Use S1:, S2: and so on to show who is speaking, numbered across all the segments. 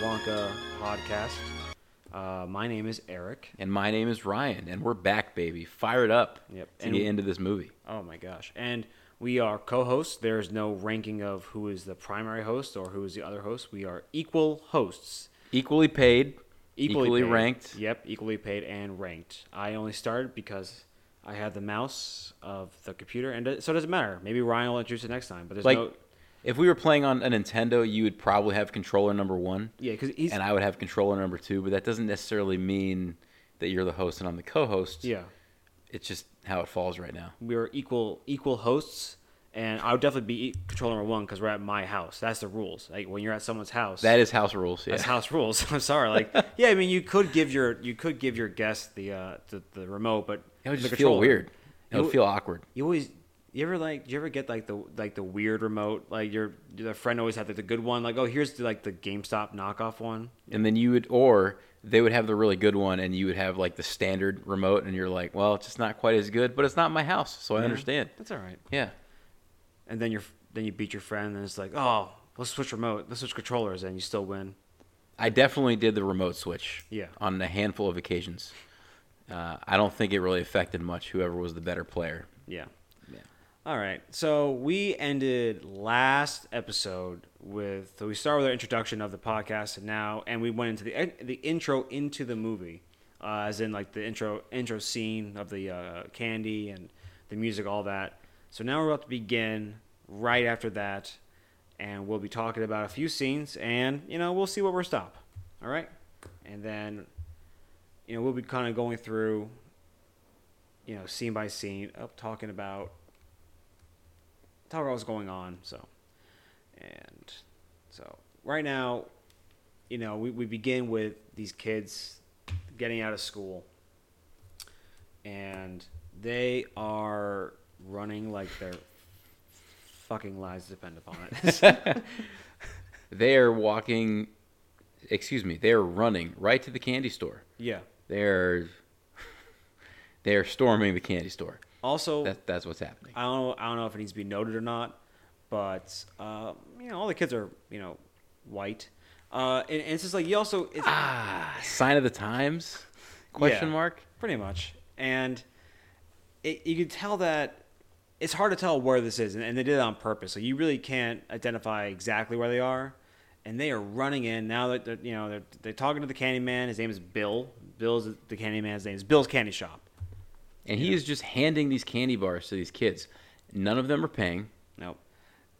S1: Vodka podcast. Uh, my name is Eric.
S2: And my name is Ryan, and we're back, baby. Fire it up
S1: Yep.
S2: to
S1: And-
S2: get into this movie.
S1: Oh my gosh. And we are co hosts. There's no ranking of who is the primary host or who is the other host. We are equal hosts.
S2: Equally paid, equally,
S1: paid.
S2: ranked.
S1: Yep, equally paid and ranked. I only started because I had the mouse of the computer, and it- so it doesn't matter. Maybe Ryan will introduce it next time. But there's
S2: Like,
S1: no.
S2: if we were playing on a Nintendo, you would probably have controller number one,
S1: Yeah, because he's.
S2: and I would have controller number two, but that doesn't necessarily mean that you're the host and I'm the co host.
S1: yeah.
S2: It's just how it falls right now.
S1: we are equal equal hosts, and I would definitely be e- control number one because we're at my house. That's the rules. Like when you're at someone's house,
S2: That is house rules. Yeah.
S1: that's house rules. I'm sorry. Like yeah, I mean you could give your you could give your guest the uh the, the remote, but
S2: it would
S1: the
S2: just feel
S1: controller.
S2: weird. It
S1: You-
S2: would feel awkward.
S1: You always you ever like do you ever get like the like the weird remote like your your friend always had like, the good one like oh here's the, like the GameStop knockoff one.
S2: and then you would or they would have the really good one and you would have like the standard remote and you're like well it's just not quite as good but it's not my house so i
S1: Yeah.
S2: understand
S1: That's all right.
S2: yeah
S1: And then you're then you beat your friend and it's like oh let's switch remote let's switch controllers and you still win.
S2: i definitely did the remote switch
S1: Yeah.
S2: on a handful of occasions uh, i don't think it really affected much whoever was the better player
S1: Yeah.
S2: Yeah.
S1: All right. So we ended last episode with so we started with our introduction of the podcast and now and we went into the the intro into the movie, uh, as in like the intro intro scene of the uh, candy and the music, all that. So now we're about to begin right after that, and we'll be talking about a few scenes and you know we'll see where we're stop. All right, and then you know we'll be kind of going through you know, scene by scene, up talking about talking about what's going on. So, and so right now, you know, we, we begin with these kids getting out of school, and they are running like their fucking lives depend upon it.
S2: they are walking excuse me they are running right to the candy store
S1: yeah.
S2: they're they're storming the candy store
S1: Also,
S2: that, that's what's happening
S1: I don't know, I don't know if it needs to be noted or not, but uh, you know, all the kids are you know white, uh, and, and it's just like you also it's
S2: ah sign of the times question
S1: Yeah.
S2: mark
S1: pretty much, and it, you can tell that it's hard to tell where this is, and, and they did it on purpose, so you really can't identify exactly where they are. And they are running in now that they're, you know they're, they're talking to the candy man. His name is Bill. Bill's the candy man's name is Bill's Candy Shop.
S2: And he is just handing these candy bars to these kids. None of them are paying.
S1: Nope.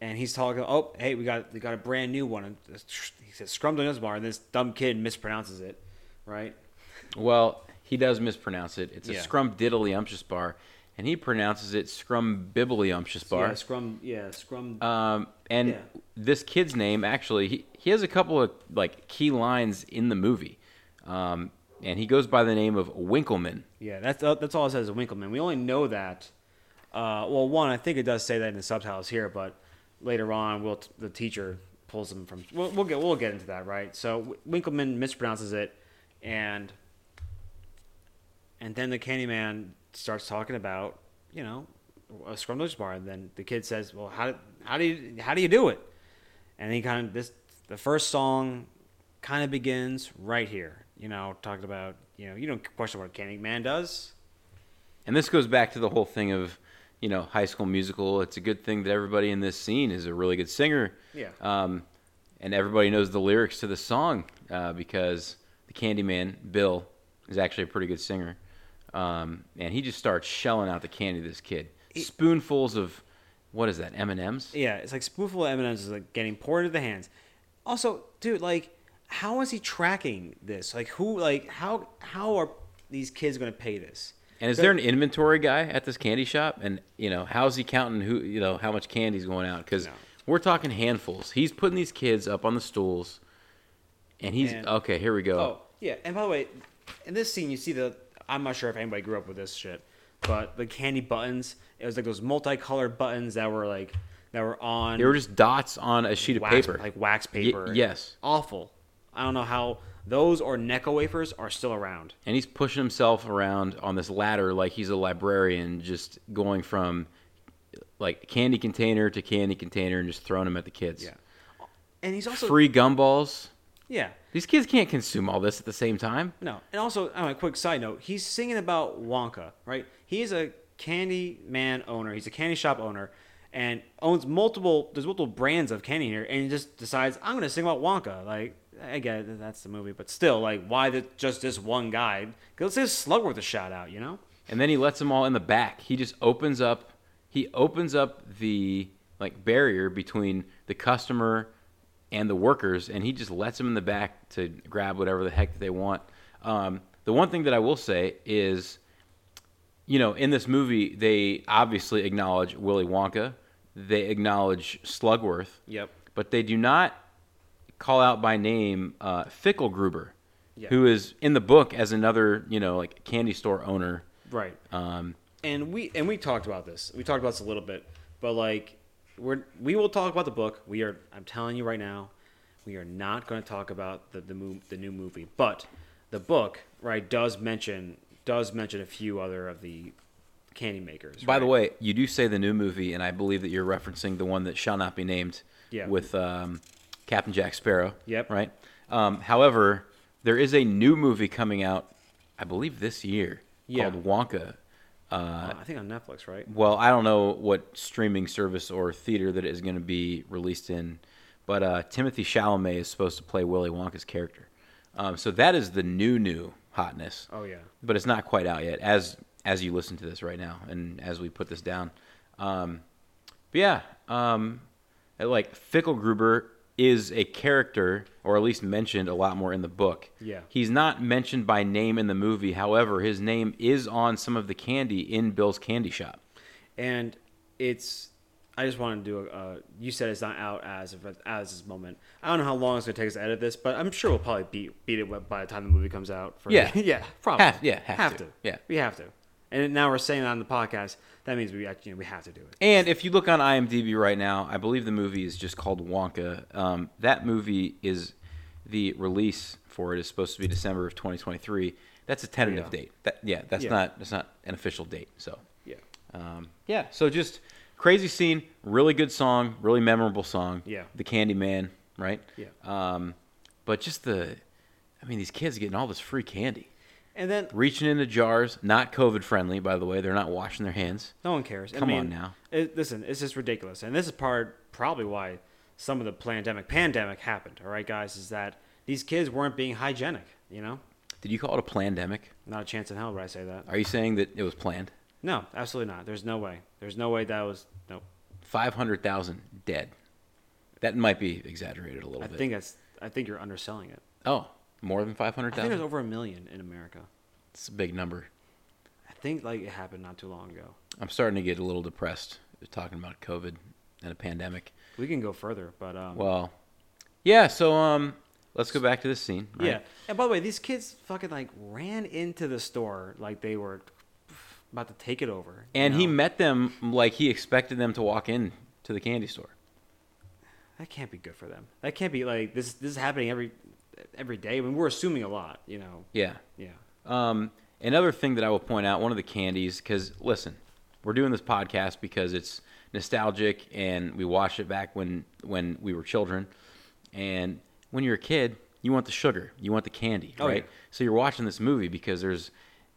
S1: And he's talking. Oh, hey, we got we got a brand new one. And he says Scrum Donuts Bar, and this dumb kid mispronounces it, right?
S2: Well, he does mispronounce it. It's a
S1: Yeah.
S2: scrum diddlyumptious bar, and he pronounces it scrum
S1: Yeah,
S2: bibblyumptious bar.
S1: Scrum. Yeah, Scrum.
S2: Um, and
S1: Yeah.
S2: this kid's name actually he, he has a couple of like key lines in the movie, um, and he goes by the name of Winkleman.
S1: yeah, that's uh, that's all it says. is Winkleman. We only know that. Uh, well, one, I think it does say that in the subtitles here, but later on, we'll the teacher pulls him from. We'll, we'll get we'll get into that, right? So Winkleman mispronounces it, and And then the Candyman starts talking about, you know, a scrum donuts bar. And then the kid says, "Well, how do- how do you how do you do it?" And he kind of this the first song kind of begins right here. You know, talking about you know you don't question what a Candyman does.
S2: And this goes back to the whole thing of, you know, High School Musical. It's a good thing that everybody in this scene is a really good singer.
S1: Yeah.
S2: Um, and everybody knows the lyrics to the song uh, because the Candyman Bill is actually a pretty good singer, um, and he just starts shelling out the candy to this kid. Spoonfuls of what is that? M and M's.
S1: Yeah, it's like spoonful of M&Ms is like getting poured into the hands. Also, dude, like, how is he tracking this? Like, who? Like, how? How are these kids gonna pay this?
S2: And is
S1: So-
S2: there an inventory guy at this candy shop? And you know, how's he counting who? You know, how much candy's going out? Because
S1: No.
S2: we're talking handfuls. He's putting these kids up on the stools, and he's
S1: And-
S2: okay. Here we go.
S1: Oh yeah, and by the way, in this scene you see the I'm not sure if anybody grew up with this shit, but the candy buttons. It was like those multicolored buttons that were like that were on
S2: They were just dots on a sheet of
S1: wax,
S2: paper.
S1: like wax paper.
S2: yes.
S1: awful. I don't know how those or Necco wafers are still around.
S2: and he's pushing himself around on this ladder like he's a librarian, just going from like candy container to candy container and just throwing them at the kids.
S1: Yeah, and he's also
S2: Free gumballs.
S1: yeah.
S2: These kids can't consume all this at the same time.
S1: No, and also on a quick side note, he's singing about Wonka, right? He is a candy man owner. He's a candy shop owner, and owns multiple. There's multiple brands of candy here, and he just decides I'm gonna sing about Wonka. Like I get it, that's the movie, but still, like why the, just this one guy? 'Cause Let's give Slugworth a shout out, you know?
S2: And then he lets them all in the back. He just opens up. He opens up the like barrier between the customer and the workers, and he just lets them in the back to grab whatever the heck that they want. Um, the one thing that I will say is, you know, in this movie, they obviously acknowledge Willy Wonka. They acknowledge Slugworth.
S1: Yep.
S2: But they do not call out by name uh, Fickle Gruber,
S1: Yeah.
S2: who is in the book as another, you know, like candy store owner.
S1: Right.
S2: Um,
S1: and we and we talked about this. We talked about this a little bit, but like we're we will talk about the book. We are. I'm telling you right now, we are not going to talk about the the, mo- the new movie. But the book right does mention does mention a few other of the candy makers.
S2: by the
S1: right?
S2: way, you do say the new movie, and I believe that you're referencing the one that shall not be named
S1: Yeah.
S2: with um, Captain Jack Sparrow.
S1: Yep.
S2: Right? Um, however, there is a new movie coming out, I believe this year,
S1: Yeah.
S2: called Wonka.
S1: Uh, I think on Netflix, right?
S2: Well, I don't know what streaming service or theater that it is going to be released in, but uh, Timothy Chalamet is supposed to play Willy Wonka's character. Um, so that is the new, new hotness.
S1: Oh yeah.
S2: But it's not quite out yet, as as you listen to this right now, and as we put this down. Um, but yeah, um, I like Fickle Gruber is a character, or at least mentioned a lot more in the book.
S1: Yeah.
S2: he's not mentioned by name in the movie. However, his name is on some of the candy in Bill's candy shop.
S1: and it's I just want to do a. Uh, you said it's not out as of as this moment. I don't know how long it's gonna take us to edit this, but I'm sure we'll probably beat beat it by the time the movie comes out. For,
S2: Yeah.
S1: yeah, probably.
S2: Have- yeah, have to. Yeah.
S1: we have to. And now we're saying it on the podcast. That means we actually you know, we have to do it.
S2: And if you look on IMDb right now, I believe the movie is just called Wonka. Um, that movie is the release for it is supposed to be December of 2023. That's a tentative
S1: Yeah.
S2: date. That, yeah, that's
S1: Yeah.
S2: not that's not an official date. So
S1: Yeah,
S2: um, yeah, so just crazy scene, really good song, really memorable song.
S1: Yeah.
S2: the Candy Man, right?
S1: Yeah.
S2: Um, but just the, I mean, these kids getting all this free candy,
S1: and then
S2: reaching into jars, not COVID friendly, by the way. They're not washing their hands.
S1: No one cares.
S2: Come
S1: I mean,
S2: on now.
S1: It, listen, it's just ridiculous, and this is part probably why some of the pandemic pandemic happened. All right, guys, is that these kids weren't being hygienic. You know,
S2: Did you call it a pandemic?
S1: not a chance in hell would I say that.
S2: Are you saying that it was planned?
S1: No, absolutely not. There's no way. There's no way that was no.
S2: Five hundred thousand dead. That might be exaggerated a little
S1: I
S2: bit.
S1: think that's. I think you're underselling it.
S2: Oh, more than five
S1: I
S2: hundred
S1: think there's
S2: thousand.
S1: over a million in America.
S2: It's a big number.
S1: I think like it happened not too long ago.
S2: I'm starting to get a little depressed talking about COVID and a pandemic.
S1: We can go further, but um,
S2: Well, yeah. So um, let's go back to this scene. right?
S1: yeah. And by the way, these kids fucking like ran into the store like they were about to take it over. you
S2: And he
S1: know?
S2: met them like he expected them to walk in to the candy store.
S1: that can't be good for them. That can't be like this. This is happening every every day. I mean, we're assuming a lot, you know.
S2: Yeah.
S1: Yeah.
S2: Um, another thing that I will point out, one of the candies, because listen, we're doing this podcast because it's nostalgic and we watched it back when when we were children, and when you're a kid, you want the sugar, you want the candy,
S1: Oh,
S2: right?
S1: yeah.
S2: So you're watching this movie because there's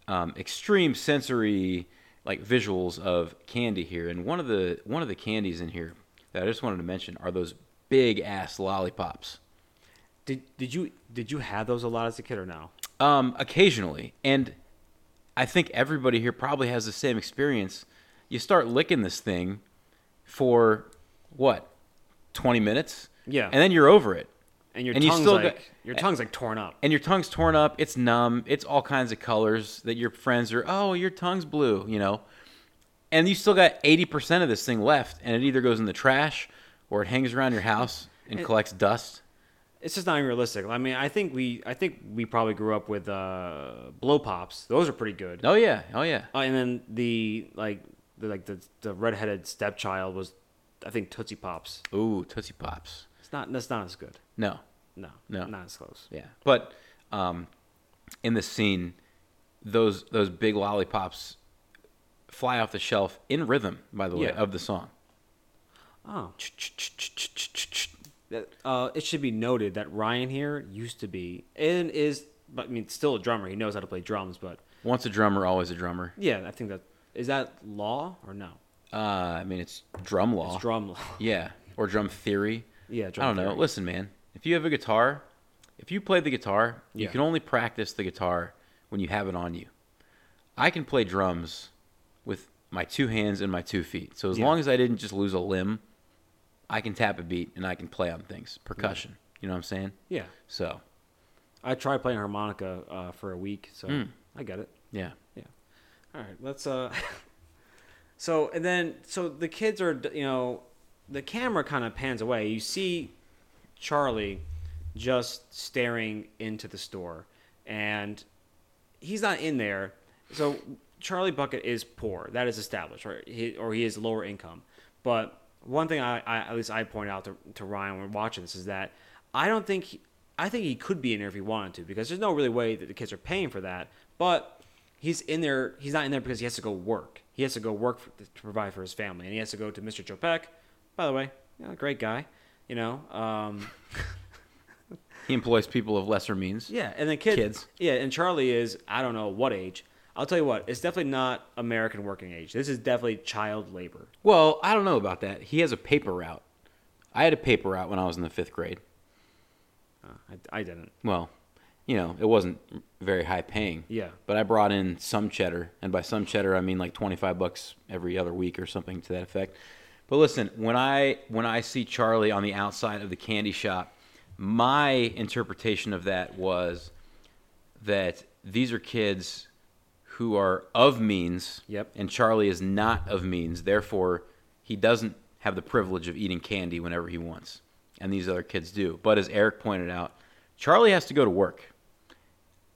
S2: um, extreme sensory like visuals of candy here, and one of the one of the candies in here that I just wanted to mention are those big ass lollipops.
S1: Did did you did you have those a lot as a kid or no?
S2: Um, occasionally, and I think everybody here probably has the same experience. You start licking this thing for what, twenty minutes?
S1: Yeah.
S2: and then you're over it,
S1: And your
S2: And you
S1: tongue's
S2: still
S1: like
S2: got-
S1: your tongue's like torn up.
S2: and your tongue's torn up. It's numb. It's all kinds of colors that your friends are. Oh, your tongue's blue. You know, and you still got eighty percent of this thing left, and it either goes in the trash or it hangs around your house and collects dust.
S1: it's just not even realistic. I mean, I think we I think we probably grew up with uh, blow pops. Those are pretty good.
S2: Oh yeah, oh yeah.
S1: Uh, and then the like the like the the redheaded stepchild was I think Tootsie Pops.
S2: Ooh, tootsie pops.
S1: It's not that's not as good.
S2: No,
S1: No.
S2: No.
S1: Not as close.
S2: Yeah, but um, in this scene, those those big lollipops fly off the shelf in rhythm. By the way,
S1: Yeah.
S2: of the song,
S1: Oh. that, uh, it should be noted that Ryan here used to be and is, but I mean, still a drummer. He knows how to play drums, but
S2: Once a drummer, always a drummer.
S1: yeah, I think that is that law or no?
S2: Uh, I mean, it's drum law.
S1: It's drum law.
S2: Yeah, or drum theory.
S1: Yeah,
S2: I
S1: drum
S2: don't know.
S1: theory.
S2: Listen, man, if you have a guitar, if you play the guitar, you
S1: Yeah.
S2: can only practice the guitar when you have it on you. I can play drums with my two hands and my two feet. So as
S1: Yeah.
S2: long as I didn't just lose a limb, I can tap a beat and I can play on things, percussion. You know what I'm saying?
S1: Yeah,
S2: So,
S1: I tried playing harmonica uh, for a week, so I get it.
S2: yeah.
S1: Yeah. All right. Let's. uh So and then so the kids are you know the camera kind of pans away. You see Charlie just staring into the store, and he's not in there. So Charlie Bucket is poor. That is established, right? He, or he is lower income. But one thing I, I at least I point out to, to Ryan when watching this is that I don't think he, I think he could be in there if he wanted to because there's no really way that the kids are paying for that. But he's in there. He's not in there because he has to go work. He has to go work for, to provide for his family, and he has to go to Mr. Chopek. By the way, you know, great guy. You know, um,
S2: He employs people of lesser means.
S1: yeah, and the kids,
S2: Kids.
S1: Yeah, and Charlie is I don't know what age. I'll tell you what, it's definitely not American working age. This is definitely child labor.
S2: Well, I don't know about that. He has a paper route. I had a paper route when I was in the fifth grade.
S1: Uh, I, I didn't.
S2: well, you know, it wasn't very high paying.
S1: Yeah.
S2: But I brought in some cheddar, and by some cheddar I mean like 25 bucks every other week or something to that effect. But listen, when I when I see Charlie on the outside of the candy shop, my interpretation of that was that these are kids who are of means.
S1: Yep.
S2: And Charlie is not of means. Therefore, he doesn't have the privilege of eating candy whenever he wants. And these other kids do. But as Eric pointed out, Charlie has to go to work.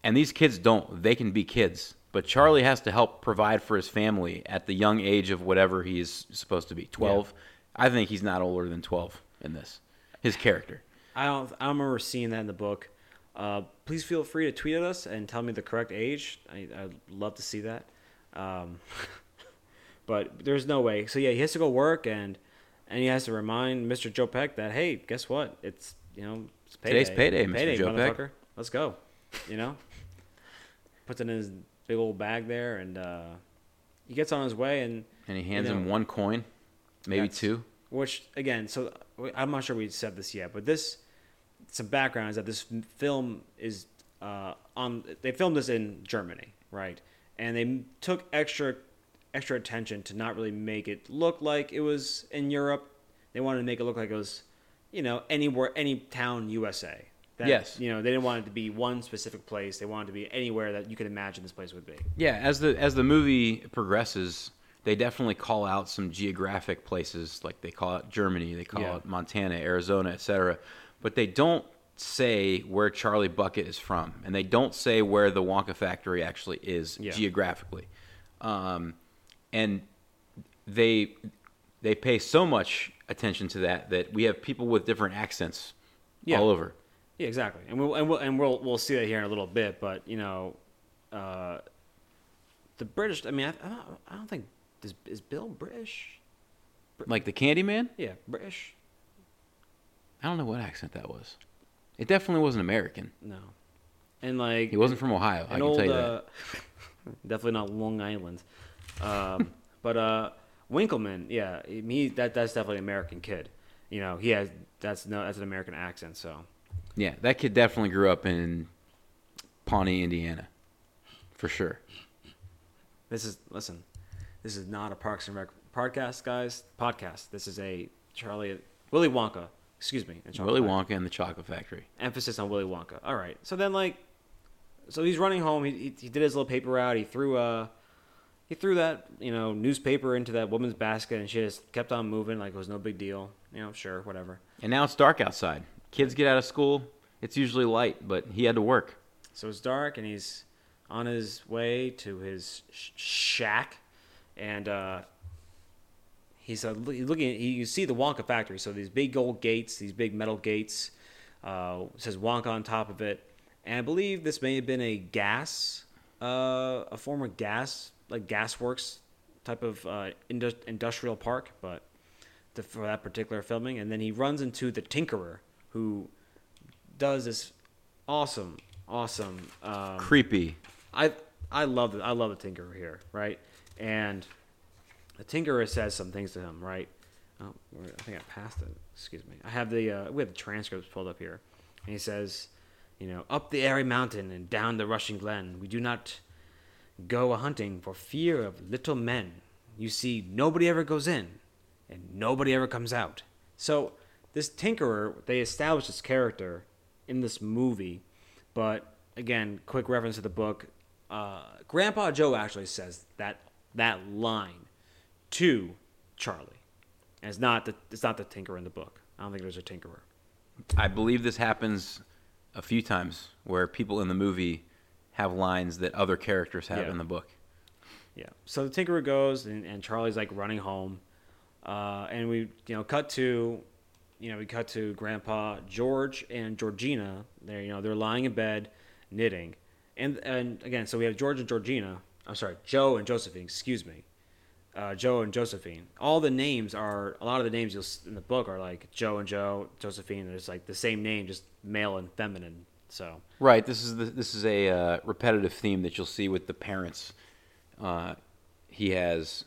S2: And these kids don't. They can be kids. But Charlie has to help provide for his family at the young age of whatever he is supposed to be 12. I think he's not older than 12 in this, his character.
S1: I don't. I don't remember seeing that in the book. Uh, please feel free to tweet at us and tell me the correct age. I, I'd love to see that. Um, but there's no way. So yeah, he has to go work and and he has to remind Mr. Joe Peck that hey, guess what? It's you know it's payday.
S2: Today's payday, Mr. Joe Peck.
S1: motherfucker. Let's go. You know, puts it in his big old bag there and uh, he gets on his way and
S2: And he hands
S1: You know-
S2: him one coin, maybe
S1: Yes.
S2: two.
S1: which again so i'm not sure we said this yet but this some background is that this m- film is uh, on they filmed this in germany right and they m- took extra extra attention to not really make it look like it was in europe they wanted to make it look like it was you know anywhere any town usa that,
S2: Yes.
S1: you know they didn't want it to be one specific place they wanted it to be anywhere that you could imagine this place would be
S2: Yeah, as the as the movie progresses, they definitely call out some geographic places, like they call it Germany, they call
S1: Yeah.
S2: it Montana, Arizona, etc. But they don't say where Charlie Bucket is from, and they don't say where the Wonka factory actually is
S1: Yeah.
S2: geographically. Um, and they they pay so much attention to that that we have people with different accents
S1: Yeah.
S2: all over.
S1: Yeah, exactly. And we'll and we'll and we'll, we'll see that here in a little bit. But you know, uh, the British. I mean, I, I, don't, I don't think is, is Bill British.
S2: Like the Candyman,
S1: Yeah, British.
S2: I don't know what accent that was. It definitely wasn't American.
S1: No, and like
S2: He wasn't from Ohio. I
S1: an
S2: can
S1: old,
S2: tell you that.
S1: uh, definitely not Long Island. Um, but uh, Winkleman, yeah, I mean, he that that's definitely an American kid. You know, he has that's no that's an American accent. So
S2: yeah, that kid definitely grew up in Pawnee, Indiana, for sure.
S1: This is listen. This is not a Parks and Rec podcast, guys. Podcast. This is a Charlie Willy Wonka. Excuse me. and Chocolate
S2: Willy
S1: Factory.
S2: Wonka and the Chocolate Factory.
S1: Emphasis on Willy Wonka. All right. So then, like, so he's running home. He, he, he did his little paper route. He threw uh he threw that you know newspaper into that woman's basket, and she just kept on moving like it was no big deal. You know, sure, whatever.
S2: And now it's dark outside. Kids get out of school. It's usually light, but he had to work.
S1: So it's dark, and he's on his way to his sh- shack, and uh, he's uh, loo- looking. He, you see the Wonka factory. So these big gold gates, these big metal gates, uh, it says Wonka on top of it, and I believe this may have been a gas, uh, a former gas like gasworks type of uh, indus- industrial park, but to, for that particular filming, and then he runs into the Tinkerer, who does this awesome, awesome. Um,
S2: Creepy.
S1: I I love the, I love the Tinkerer here, right? And the Tinkerer says some things to him, right? Oh, where- I think I passed it. Excuse me. I have the uh, we have the transcripts pulled up here, and he says, you know, up the airy mountain and down the rushing glen, we do not go a hunting for fear of little men. You see, nobody ever goes in, and nobody ever comes out. So this Tinkerer, they established his character in this movie, but again, quick reference to the book. Uh, Grandpa Joe actually says that that line to Charlie, and it's not the it's not the Tinkerer in the book. I don't think there's a Tinkerer.
S2: I believe this happens a few times where people in the movie have lines that other characters have
S1: Yeah.
S2: in the book.
S1: Yeah. So the Tinkerer goes, and, and Charlie's like running home, uh, and we you know cut to, you know we cut to Grandpa George and Georgina. They're you know they're lying in bed, knitting, and and again so we have George and Georgina. I'm sorry, Joe and Josephine. Excuse me, uh, Joe and Josephine. All the names are a lot of the names you'll s- in the book are like Joe and Joe, Josephine. There's like the same name, just male and feminine. So
S2: Right. This is the, this is a uh, repetitive theme that you'll see with the parents. Uh, he has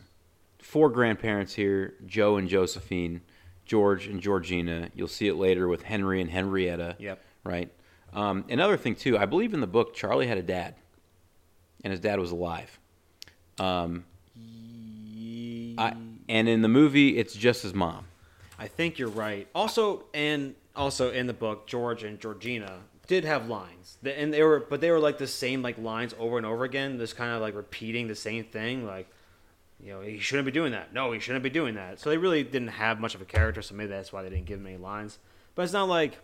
S2: four grandparents here: Joe and Josephine, George and Georgina. You'll see it later with Henry and Henrietta.
S1: Yep.
S2: Right. Um, another thing too, I believe in the book Charlie had a dad, and his dad was alive. Um, I, and in the movie, it's just his mom.
S1: I think you're right. Also, and also in the book, George and Georgina did have lines, The- and they were, but they were like the same like lines over and over again. This kind of like repeating the same thing, like you know, he shouldn't be doing that. No, he shouldn't be doing that. So they really didn't have much of a character. So maybe that's why they didn't give him any lines. But it's not like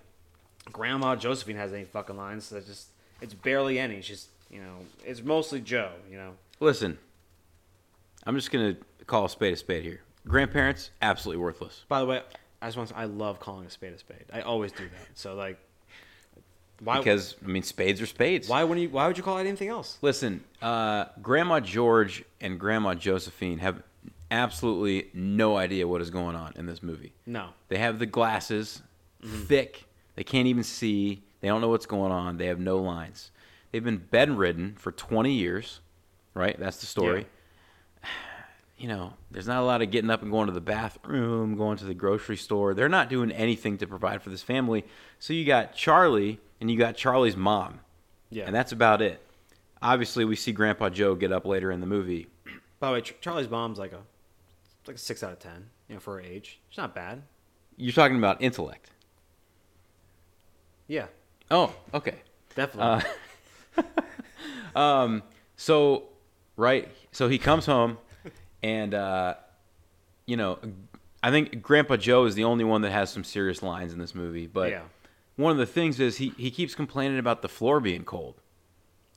S1: Grandma Josephine has any fucking lines. So it's just it's barely any. She's you know, it's mostly Joe. You know,
S2: Listen, I'm just gonna call a spade a spade here. Grandparents, absolutely worthless.
S1: By the way, I just want to, I love calling a spade a spade. I always do that. So like, why?
S2: because I mean, spades are spades.
S1: why wouldn't you? Why would you call it anything else?
S2: Listen, uh, Grandma George and Grandma Josephine have absolutely no idea what is going on in this movie.
S1: No.
S2: They have the glasses, thick. They can't even see. They don't know what's going on. They have no lines. They've been bedridden for 20 years, right? That's the story. You know, there's not a lot of getting up and going to the bathroom, going to the grocery store. They're not doing anything to provide for this family. So you got Charlie and you got Charlie's mom.
S1: Yeah.
S2: And that's about it. Obviously, we see Grandpa Joe get up later in the movie.
S1: By the way, Ch- Charlie's mom's like a like a six out of ten. You know, for her age, she's not bad.
S2: You're talking about intellect.
S1: Yeah,
S2: Oh, okay.
S1: definitely.
S2: So, right. So he comes home, and uh, you know, I think Grandpa Joe is the only one that has some serious lines in this movie. But
S1: Yeah.
S2: one of the things is he he keeps complaining about the floor being cold.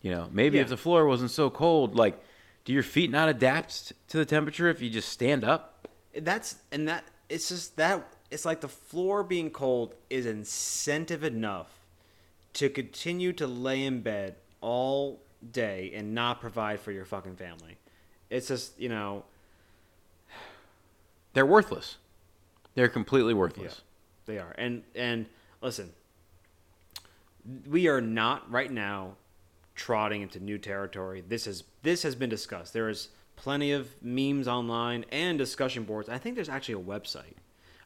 S2: You know, maybe if
S1: Yeah.
S2: the floor wasn't so cold, like, do your feet not adapt to the temperature if you just stand up?
S1: That's and that it's just that it's like the floor being cold is incentive enough to continue to lay in bed all day and not provide for your fucking family. It's just you know.
S2: They're worthless. They're completely worthless.
S1: They are. And and listen, we are not right now trotting into new territory. This is this has been discussed. There is plenty of memes online and discussion boards. I think there's actually a website.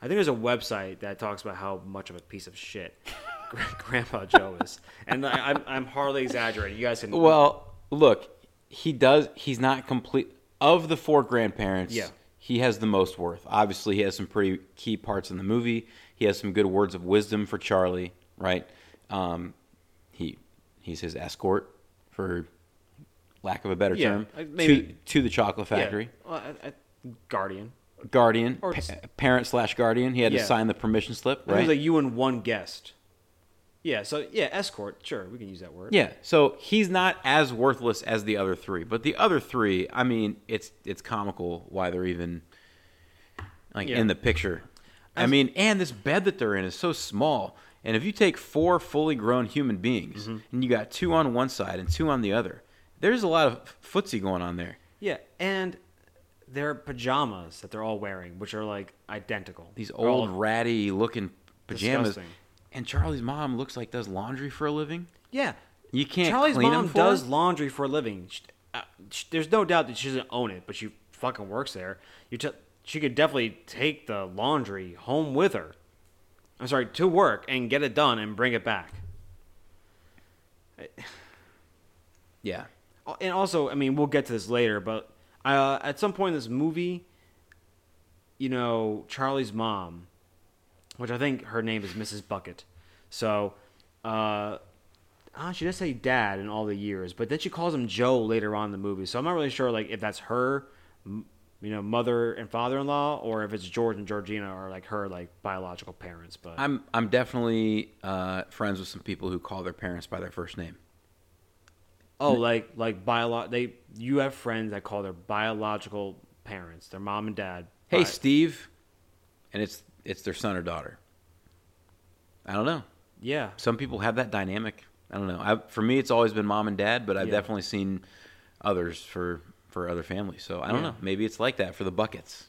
S1: I think there's a website that talks about how much of a piece of shit Gra- Grandpa Joe is, and I, I'm, I'm hardly exaggerating. You guys can
S2: Well, look, he does. He's not complete of the four grandparents.
S1: Yeah.
S2: he has the most worth. Obviously, he has some pretty key parts in the movie. He has some good words of wisdom for Charlie. Right? Um, he he's his escort for lack of a better
S1: Yeah,
S2: term
S1: I- maybe-
S2: to to the chocolate
S1: yeah.
S2: factory
S1: Well, I, I, Guardian.
S2: guardian
S1: Or
S2: pa-
S1: it's-
S2: parent slash guardian. He had
S1: Yeah.
S2: to sign the permission
S1: I
S2: slip.
S1: think
S2: Right?
S1: It was like you and one guest. Yeah. So yeah, escort. Sure, we can use that word.
S2: Yeah, so he's not as worthless as the other three, but the other three, I mean, it's it's comical why they're even like
S1: Yeah.
S2: in the picture. I
S1: As-
S2: mean, and this bed that they're in is so small. And if you take four fully grown human beings
S1: Mm-hmm.
S2: and you got two on one side and two on the other, there's a lot of footsie going on there.
S1: Yeah, and their pajamas that they're all wearing, which are like identical.
S2: These
S1: They're all-
S2: old ratty looking pajamas.
S1: Disgusting.
S2: And Charlie's mom looks like does laundry for a living.
S1: yeah.
S2: You can't
S1: Charlie's
S2: clean 'em
S1: mom
S2: for
S1: does
S2: her?
S1: laundry for a living. She, uh, sh there's no doubt that she doesn't own it, but she fucking works there. You t- she could definitely take the laundry home with her. I'm sorry, to work and get it done and bring it back.
S2: Yeah.
S1: and also, I mean, we'll get to this later, but uh, at some point in this movie, you know, Charlie's mom, which I think her name is Mrs. Bucket, so uh, ah, she does say dad in all the years, but then she calls him Joe later on in the movie, so I'm not really sure like if that's her, m- you know, mother and father-in-law, or if it's George and Georgina are like her like biological parents. But
S2: I'm I'm definitely uh, friends with some people who call their parents by their first name.
S1: oh, like like bio they you have friends that call their biological parents, their mom and dad.
S2: Hey,
S1: bi-
S2: Steve, and it's it's their son or daughter. I don't know.
S1: Yeah.
S2: Some people have that dynamic. I don't know. I, for me, it's always been mom and dad, but I've
S1: Yeah.
S2: definitely seen others for for other families. So I don't
S1: Yeah.
S2: know. Maybe it's like that for the buckets.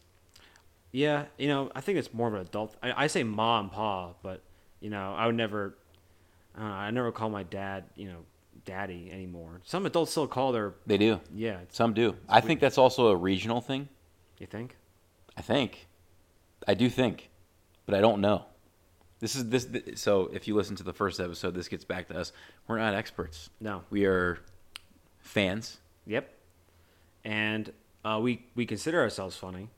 S1: Yeah. You know, I think it's more of an adult. I, I say ma and pa, but, you know, I would never, I, don't know, I never call my dad, you know, daddy anymore. Some adults still call their,
S2: They do.
S1: yeah, it's,
S2: Some do. I think that's also a regional thing.
S1: you think?
S2: I think. I do think, but I don't know. This is this. th- So if you listen to the first episode, this gets back to us. We're not experts.
S1: No.
S2: We are fans.
S1: Yep. And uh, we, we consider ourselves funny.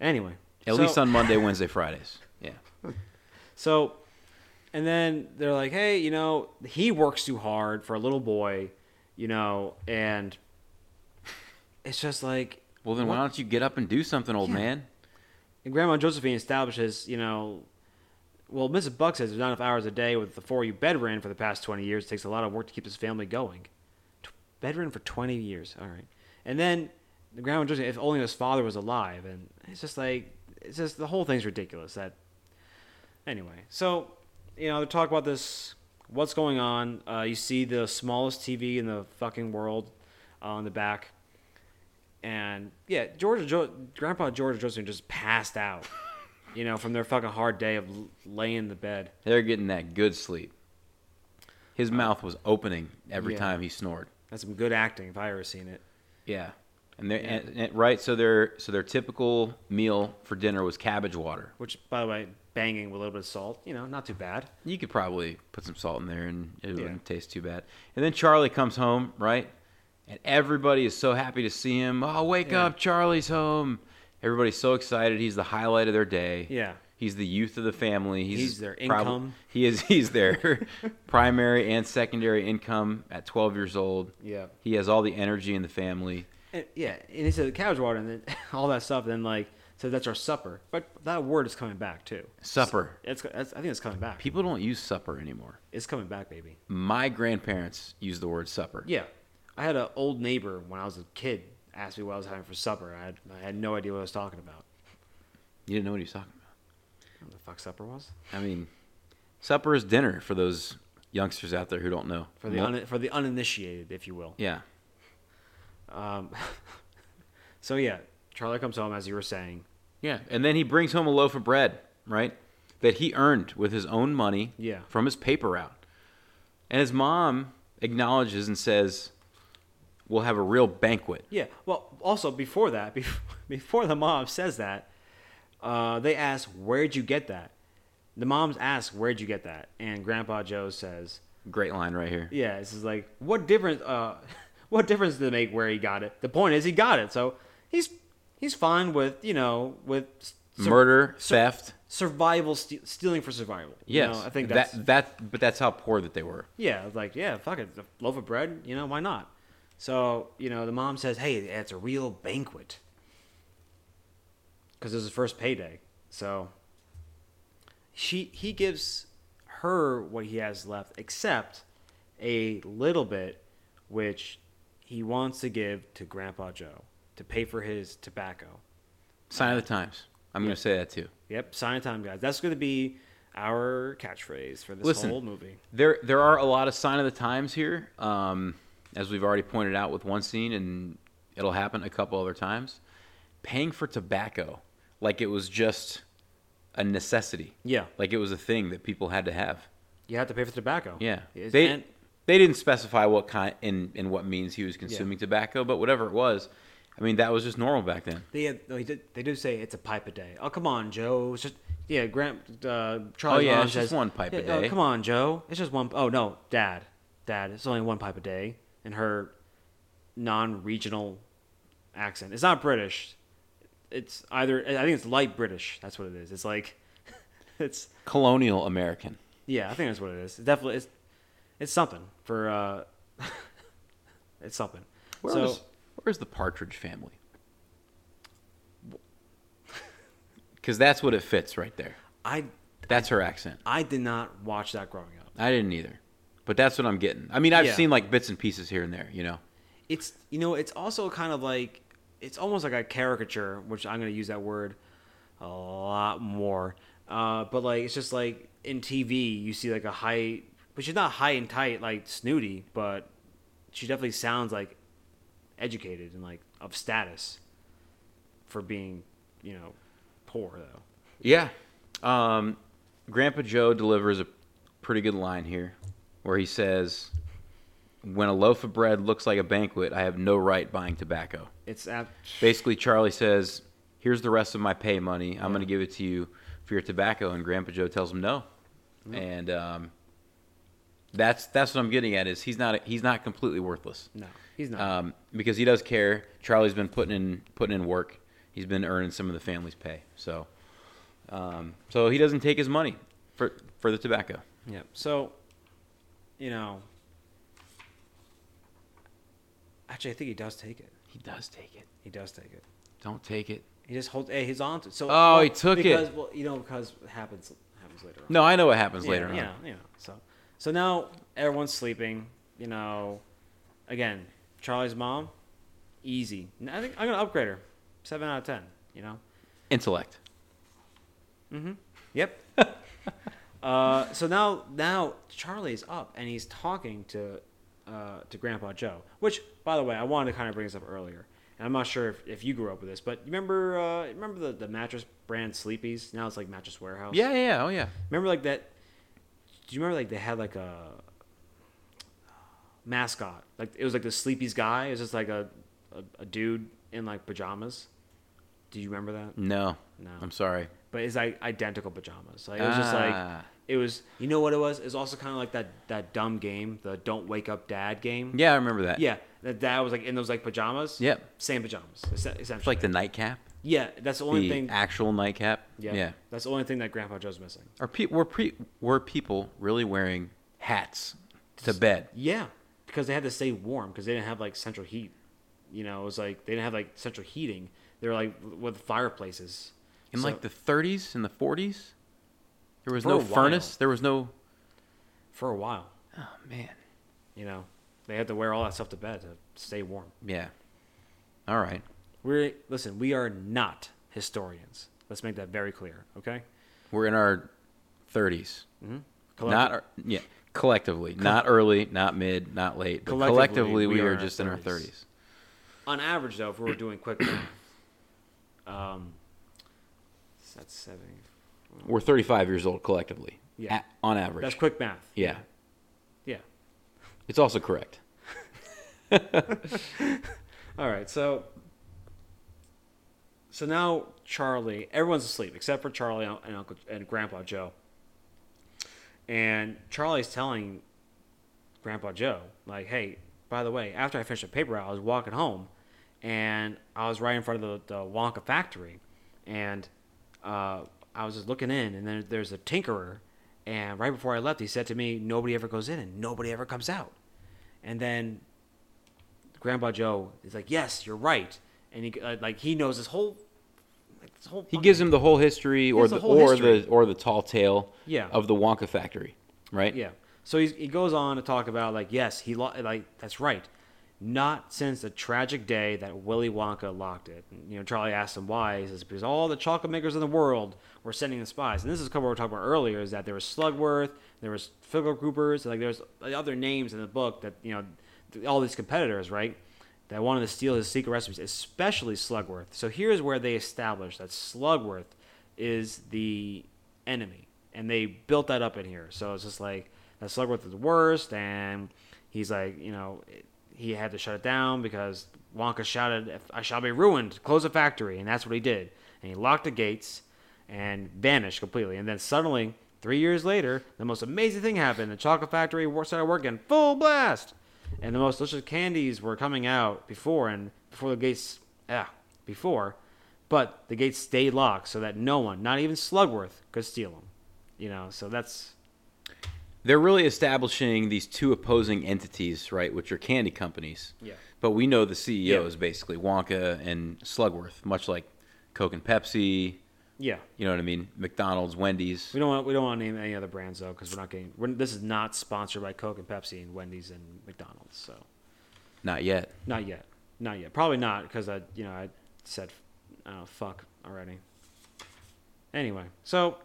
S1: Anyway.
S2: At
S1: so-
S2: least on Monday, Wednesday, Fridays. Yeah.
S1: So, and then they're like, hey, you know, he works too hard for a little boy, you know, and it's just like,
S2: Well, then why don't you get up and do something, old
S1: Yeah.
S2: man?
S1: And Grandma Josephine establishes, you know, well, Mrs. Buck says there's not enough hours a day with the four you bedridden for the past 20 years. It takes a lot of work to keep this family going. T- bedridden for 20 years. All right. And then the Grandma Josephine, if only his father was alive. And it's just like, it's just the whole thing's ridiculous. That, anyway. So, you know, they talk about this, what's going on. Uh, you see the smallest TV in the fucking world on the back. And yeah, George, jo- Grandpa George and Josephine just passed out, you know, from their fucking hard day of l- laying in the bed.
S2: They're getting that good sleep. His mouth was opening every
S1: Yeah.
S2: time he snored.
S1: That's some good acting if I ever seen it.
S2: Yeah. And they're and- and- right. So their so their typical meal for dinner was cabbage water.
S1: Which, by the way, banging with a little bit of salt, you know, not too bad.
S2: You could probably put some salt in there and it
S1: Yeah.
S2: wouldn't taste too bad. And then Charlie comes home, right? And everybody is so happy to see him. Oh, wake
S1: Yeah.
S2: up, Charlie's home. Everybody's so excited. He's the highlight of their day.
S1: Yeah.
S2: He's the youth of the family. He's,
S1: He's their
S2: prob-
S1: income.
S2: he is he's their primary and secondary income at 12 years old.
S1: Yeah.
S2: He has all the energy in the family.
S1: And, yeah, and he said cabbage water and then all that stuff. And then like, so that's our supper. But that word is coming back too.
S2: Supper.
S1: It's, it's I think it's coming back.
S2: People don't use supper anymore.
S1: It's coming back, baby.
S2: My grandparents use the word supper.
S1: Yeah, I had an old neighbor when I was a kid ask me what I was having for supper. I had, I had no idea what I was talking about.
S2: You didn't know what he was talking about.
S1: What the fuck supper was?
S2: I mean, supper is dinner for those youngsters out there who don't know.
S1: for the
S2: Mo-
S1: un, for the uninitiated, if you will.
S2: yeah,
S1: Um, so yeah, Charlie comes home as you were saying.
S2: yeah, and then he brings home a loaf of bread, right, that he earned with his own money,
S1: Yeah.
S2: from his paper route, and his mom acknowledges and says, "We'll have a real banquet."
S1: Yeah. Well, also before that, before, before the mom says that, uh, they ask, "Where'd you get that?" The moms ask, "Where'd you get that?" And Grandpa Joe says,
S2: Great line right here.
S1: "Yeah, this is like what difference? Uh, what difference did it make where he got it? The point is he got it, so he's he's fine with you know with sur-
S2: Murder,
S1: sur-
S2: theft.
S1: survival, ste- stealing for survival. You
S2: Yes,
S1: know, I think that's
S2: that that. But that's how poor that they were.
S1: Yeah, I was like, yeah, fuck it, a loaf of bread, you know, why not? So, you know, the mom says, hey, it's a real banquet. Because it was his first payday. So, she he gives her what he has left, except a little bit, which he wants to give to Grandpa Joe to pay for his tobacco.
S2: Sign of the times. I'm going to say that too.
S1: Yep, sign of time, guys. That's going to be our catchphrase for this
S2: Listen.
S1: whole movie.
S2: There, there are a lot of sign of the times here, um, as we've already pointed out with one scene and It'll happen a couple other times. Paying for tobacco like it was just a necessity.
S1: Yeah.
S2: Like it was a thing that people had to have.
S1: You have to pay for tobacco.
S2: Yeah.
S1: It's-
S2: They
S1: and-
S2: they didn't specify what kind and and what means he was consuming tobacco, but whatever it was, I mean that was just normal back then.
S1: They had, no, he did, they do say it's a pipe a day. Oh come on, Joe. It's just yeah, Grant. Uh, Charlie
S2: Oh, yeah,
S1: Brown
S2: it's just
S1: says,
S2: one pipe a
S1: "Yeah, oh,
S2: day."
S1: come on, Joe. It's just one. Oh no, Dad. Dad. It's only one pipe a day. In her non-regional accent, it's not British. It's either I think it's light British. That's what it is. It's like it's
S2: Colonial American.
S1: yeah. I think that's what it is. It's definitely it's it's something for uh it's something.
S2: Where
S1: so
S2: was where's the Partridge family? Because that's what it fits right there.
S1: I
S2: That's her accent.
S1: I did not watch that growing up.
S2: I didn't either, but that's what I'm getting. I mean, I've
S1: Yeah.
S2: seen like bits and pieces here and there, you know.
S1: it's you know it's also kind of like it's almost like a caricature which i'm going to use that word a lot more uh, but like it's just like in tv you see like a high but she's not high and tight like snooty but she definitely sounds like educated and like of status for being you know poor though
S2: Yeah. Um, Grandpa Joe delivers a pretty good line here where he says, When a loaf of bread looks like a banquet, I have no right buying tobacco.
S1: it's at
S2: Basically, Charlie says, Here's the rest of my pay money. I'm going to give it to you for your tobacco. And Grandpa Joe tells him no. And um, that's that's what I'm getting at is he's not he's not completely worthless
S1: no he's not
S2: um, because he does care. Charlie's been putting in putting in work. He's been earning some of the family's pay. So, um, so he doesn't take his money for for the tobacco.
S1: Yeah. So, you know, actually, I think he does take it.
S2: He does take it.
S1: He does take it.
S2: Don't take it.
S1: He just holds. Hey, he's on to. So.
S2: Oh, he took it.
S1: because, Well, you know, because it happens happens later on.
S2: No, I know what happens
S1: yeah,
S2: later on.
S1: Yeah, yeah. So, so now everyone's sleeping. You know, again, Charlie's mom, easy. And I think I'm gonna upgrade her, seven out of ten. You know.
S2: Intellect.
S1: Yep. uh, so now now Charlie's up and he's talking to uh, to Grandpa Joe. Which, by the way, I wanted to kind of bring this up earlier. And I'm not sure if, if you grew up with this, but you remember uh, remember the, the mattress brand Sleepies? Now it's like Mattress Warehouse.
S2: Yeah, yeah, yeah, oh yeah.
S1: Remember like that? Do you remember like they had like a mascot? Like it was like the Sleepies guy. It was just like a a, a dude in like pajamas. Do you remember that?
S2: No,
S1: No
S2: I'm sorry.
S1: but it's like identical pajamas. Like it was just like
S2: Ah.
S1: it was. You know what it was? It was also kind of like that that dumb game, the "Don't Wake Up Dad" game.
S2: Yeah, I remember that.
S1: yeah. That dad was like in those like pajamas.
S2: Yep.
S1: same pajamas. es- Essentially,
S2: it's like the nightcap,
S1: yeah, that's the only
S2: the
S1: thing.
S2: actual nightcap.
S1: yeah,
S2: yeah.
S1: that's the only thing that Grandpa Joe's missing.
S2: Are pe- were pre were people really wearing hats to bed?
S1: Yeah, because they had to stay warm because they didn't have like central heat. You know, it was like they didn't have like central heating. They were like with fireplaces.
S2: in
S1: So-
S2: like the 30s and the 40s there was
S1: For a
S2: no
S1: while.
S2: furnace there was no
S1: for a while,
S2: oh man
S1: you know, they had to wear all that stuff to bed to stay warm.
S2: yeah all right
S1: We're listen. We are not historians. Let's make that very clear. Okay. Mm-hmm.
S2: we're in our 30s
S1: Collect-
S2: not our, yeah collectively not early not mid not late but
S1: Collectively,
S2: collectively,
S1: we
S2: we
S1: are
S2: are
S1: in our
S2: just in our
S1: 30s.
S2: 30s
S1: on average, though, if we were doing quick math, um, so that's seventy.
S2: we're 35 years old collectively
S1: Yeah.
S2: a- on average
S1: That's quick math.
S2: yeah
S1: Yeah.
S2: it's also correct
S1: All right. So. So now Charlie, everyone's asleep except for Charlie and Uncle and Grandpa Joe. And Charlie's telling Grandpa Joe, like, hey, by the way, after I finished the paper route, I was walking home and I was right in front of the, the Wonka factory. And uh, I was just looking in, and then there's a tinkerer. And right before I left, he said to me, nobody ever goes in and nobody ever comes out. And then Grandpa Joe is like, yes, you're right. And he, uh, like, he knows this whole. Like, this whole
S2: he gives him the whole history or
S1: has the
S2: the,
S1: whole
S2: or
S1: history.
S2: the or the tall tale
S1: Yeah.
S2: of the wonka factory right
S1: Yeah. So he's, he goes on to talk about like yes he lo- like that's right. Not since the tragic day that Willy Wonka locked it. And, you know, Charlie asked him why. He says because all the chocolate makers in the world were sending in spies. And this is kind of what we were talking about earlier is that there was Slugworth, there was Fiddler Groupers, like there's other names in the book that you know th- all these competitors, right? that wanted to steal his secret recipes, especially Slugworth. So here's where they established that Slugworth is the enemy, and they built that up in here. So it's just like that Slugworth is the worst, and he's like, you know, it- he had to shut it down because Wonka shouted, "If "I shall be ruined! Close the factory!" And that's what he did. And he locked the gates and vanished completely. And then suddenly, three years later, the most amazing thing happened. The chocolate factory wor- started working full blast, and the most delicious candies were coming out before and before the gates. Ah, before, but the gates stayed locked so that no one, not even Slugworth, could steal them. You know, so that's
S2: They're really establishing these two opposing entities, right, which are candy companies.
S1: Yeah.
S2: But we know the CEO
S1: Yeah.
S2: is basically Wonka and Slugworth, much like Coke and Pepsi.
S1: yeah.
S2: You know what I mean? McDonald's, Wendy's.
S1: We don't want we don't want to name any other brands though because we're not getting we're, this is not sponsored by Coke and Pepsi and Wendy's and McDonald's. So
S2: Not yet.
S1: not yet, not yet. Probably not because I you know I said uh, fuck already. Anyway, so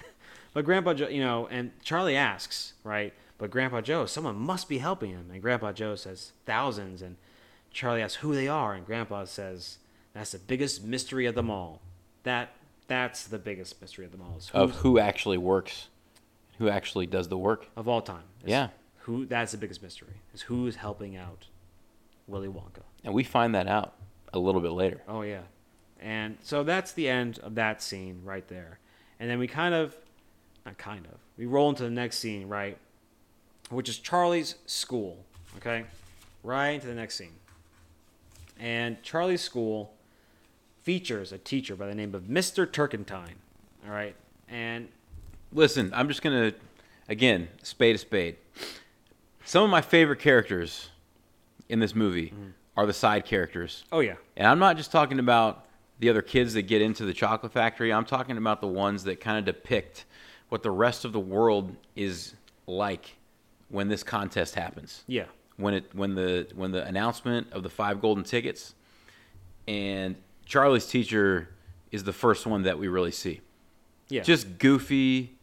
S1: but Grandpa Joe, you know, and Charlie asks right, but Grandpa Joe, someone must be helping him, and Grandpa Joe says thousands, and Charlie asks who they are, and Grandpa says that's the biggest mystery of them all. That that's the biggest mystery of them all. Is who's-
S2: Of who actually works, who actually does the work.
S1: of all time. is
S2: Yeah.
S1: Who that's the biggest mystery is who is helping out Willy Wonka.
S2: And we find that out a little bit later.
S1: Oh yeah. And so that's the end of that scene right there. And then we kind of not kind of. We roll into the next scene, right? Which is Charlie's school, okay? Right into the next scene. And Charlie's school features a teacher by the name of Mr. Turkentine. All right? And
S2: Listen, I'm just going to, again, spade a spade. Some of my favorite characters in this movie are the side characters.
S1: oh yeah.
S2: And I'm not just talking about the other kids that get into the chocolate factory. I'm talking about the ones that kind of depict what the rest of the world is like when this contest happens.
S1: Yeah.
S2: When it when the when the announcement of the five golden tickets and Charlie's teacher is the first one that we really see.
S1: Yeah.
S2: Just goofy.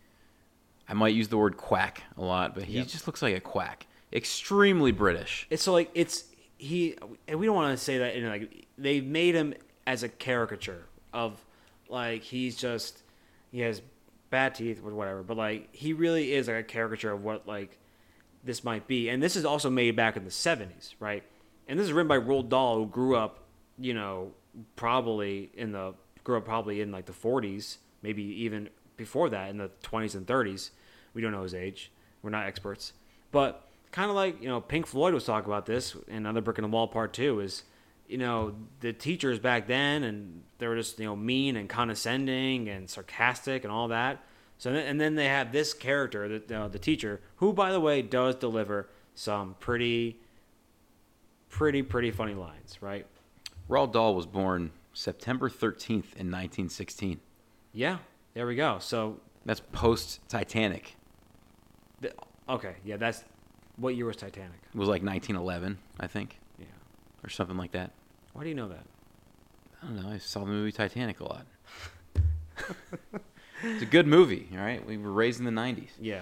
S2: I might use the word quack a lot, but he
S1: Yep.
S2: just looks like a quack. Extremely British.
S1: It's so like it's he, and we don't want to say that. You know, like they made him as a caricature of, like he's just he has bad teeth or whatever. But like he really is like a caricature of what like this might be. And this is also made back in the seventies, right? And this is written by Roald Dahl, who grew up, you know, probably in the grew up probably in like the forties, maybe even before that in the twenties and thirties. We don't know his age. We're not experts, but kind of like you know Pink Floyd was talking about this in another brick in the wall part two is you know the teachers back then and they were just you know mean and condescending and sarcastic and all that so then, and then they have this character that uh, the teacher who by the way does deliver some pretty pretty pretty funny lines right
S2: Roald Dahl was born September 13th in 1916.
S1: yeah there we go so
S2: That's post Titanic.
S1: th- okay yeah that's what year was Titanic
S2: It was like 1911, I think,
S1: yeah
S2: or something like that.
S1: why do you know that
S2: I don't know. I saw the movie Titanic a lot. it's a good movie, all right? We were raised in the 90s.
S1: yeah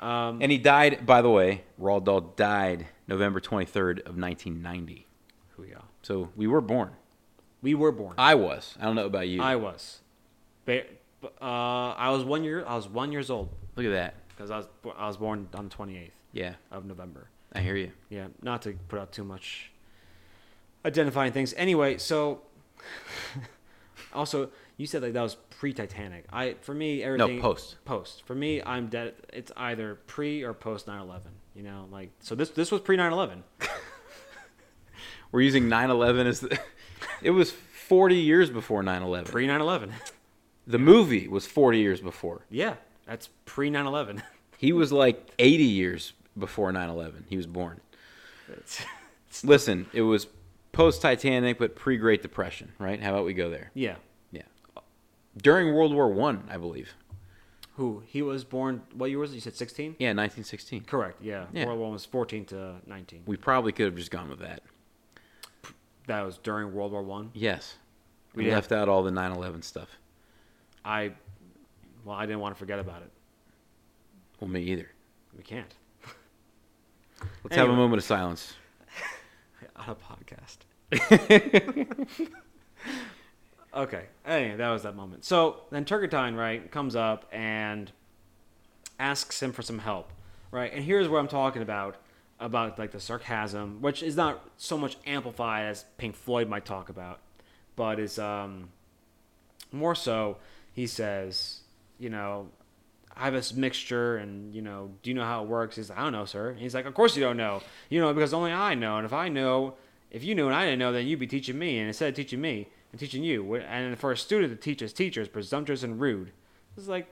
S1: um,
S2: And he died, by the way, Roald Dahl died November 23rd of 1990.
S1: who yeah
S2: So we were born.
S1: we were born
S2: I was. I don't know about you.
S1: I was. Ba- b- uh, I was one year. I was one years old
S2: Look at that.
S1: because I was bo- I was born on the twenty eighth
S2: Yeah,
S1: of November.
S2: I hear you.
S1: Yeah, not to put out too much identifying things. Anyway, so also you said like that was pre Titanic. I for me everything
S2: post.
S1: post for me I'm dead. It's either pre or post 9/11. You know, like so this this was pre 9/11.
S2: We're using 9/11 as the. it was 40 years before 9/11.
S1: Pre 9/11.
S2: The movie was 40 years before.
S1: yeah, that's pre 9/11.
S2: He was like 80 years before 9 11. He was born. Listen, it was post Titanic, but pre Great Depression, right? How about we go there?
S1: yeah.
S2: Yeah. During World War One, I, believe.
S1: Who he was born? What year was it? You said 16.
S2: Yeah, 1916.
S1: Correct. Yeah.
S2: Yeah.
S1: World War One was 14 to 19.
S2: We probably could have just gone with that.
S1: That was during World War One.
S2: Yes. We
S1: Yeah.
S2: left out all the 9 11 stuff.
S1: I, well, I didn't want to forget about it.
S2: Well, me either.
S1: We can't.
S2: Let's have a
S1: Anyway.
S2: moment of silence
S1: on a podcast. okay. Anyway, that was that moment. So then Turcatine, right, comes up and asks him for some help, right? And here's what I'm talking about about like the sarcasm, which is not so much amplified as Pink Floyd might talk about, but is um more so he says, you know, I have this mixture and you know, do you know how it works? He's like, I don't know, sir. And he's like, Of course you don't know. You know, because only I know. And if I know if you knew and I didn't know, then you'd be teaching me, and instead of teaching me, I'm teaching you. And for a student to teach his teacher is presumptuous and rude. It's like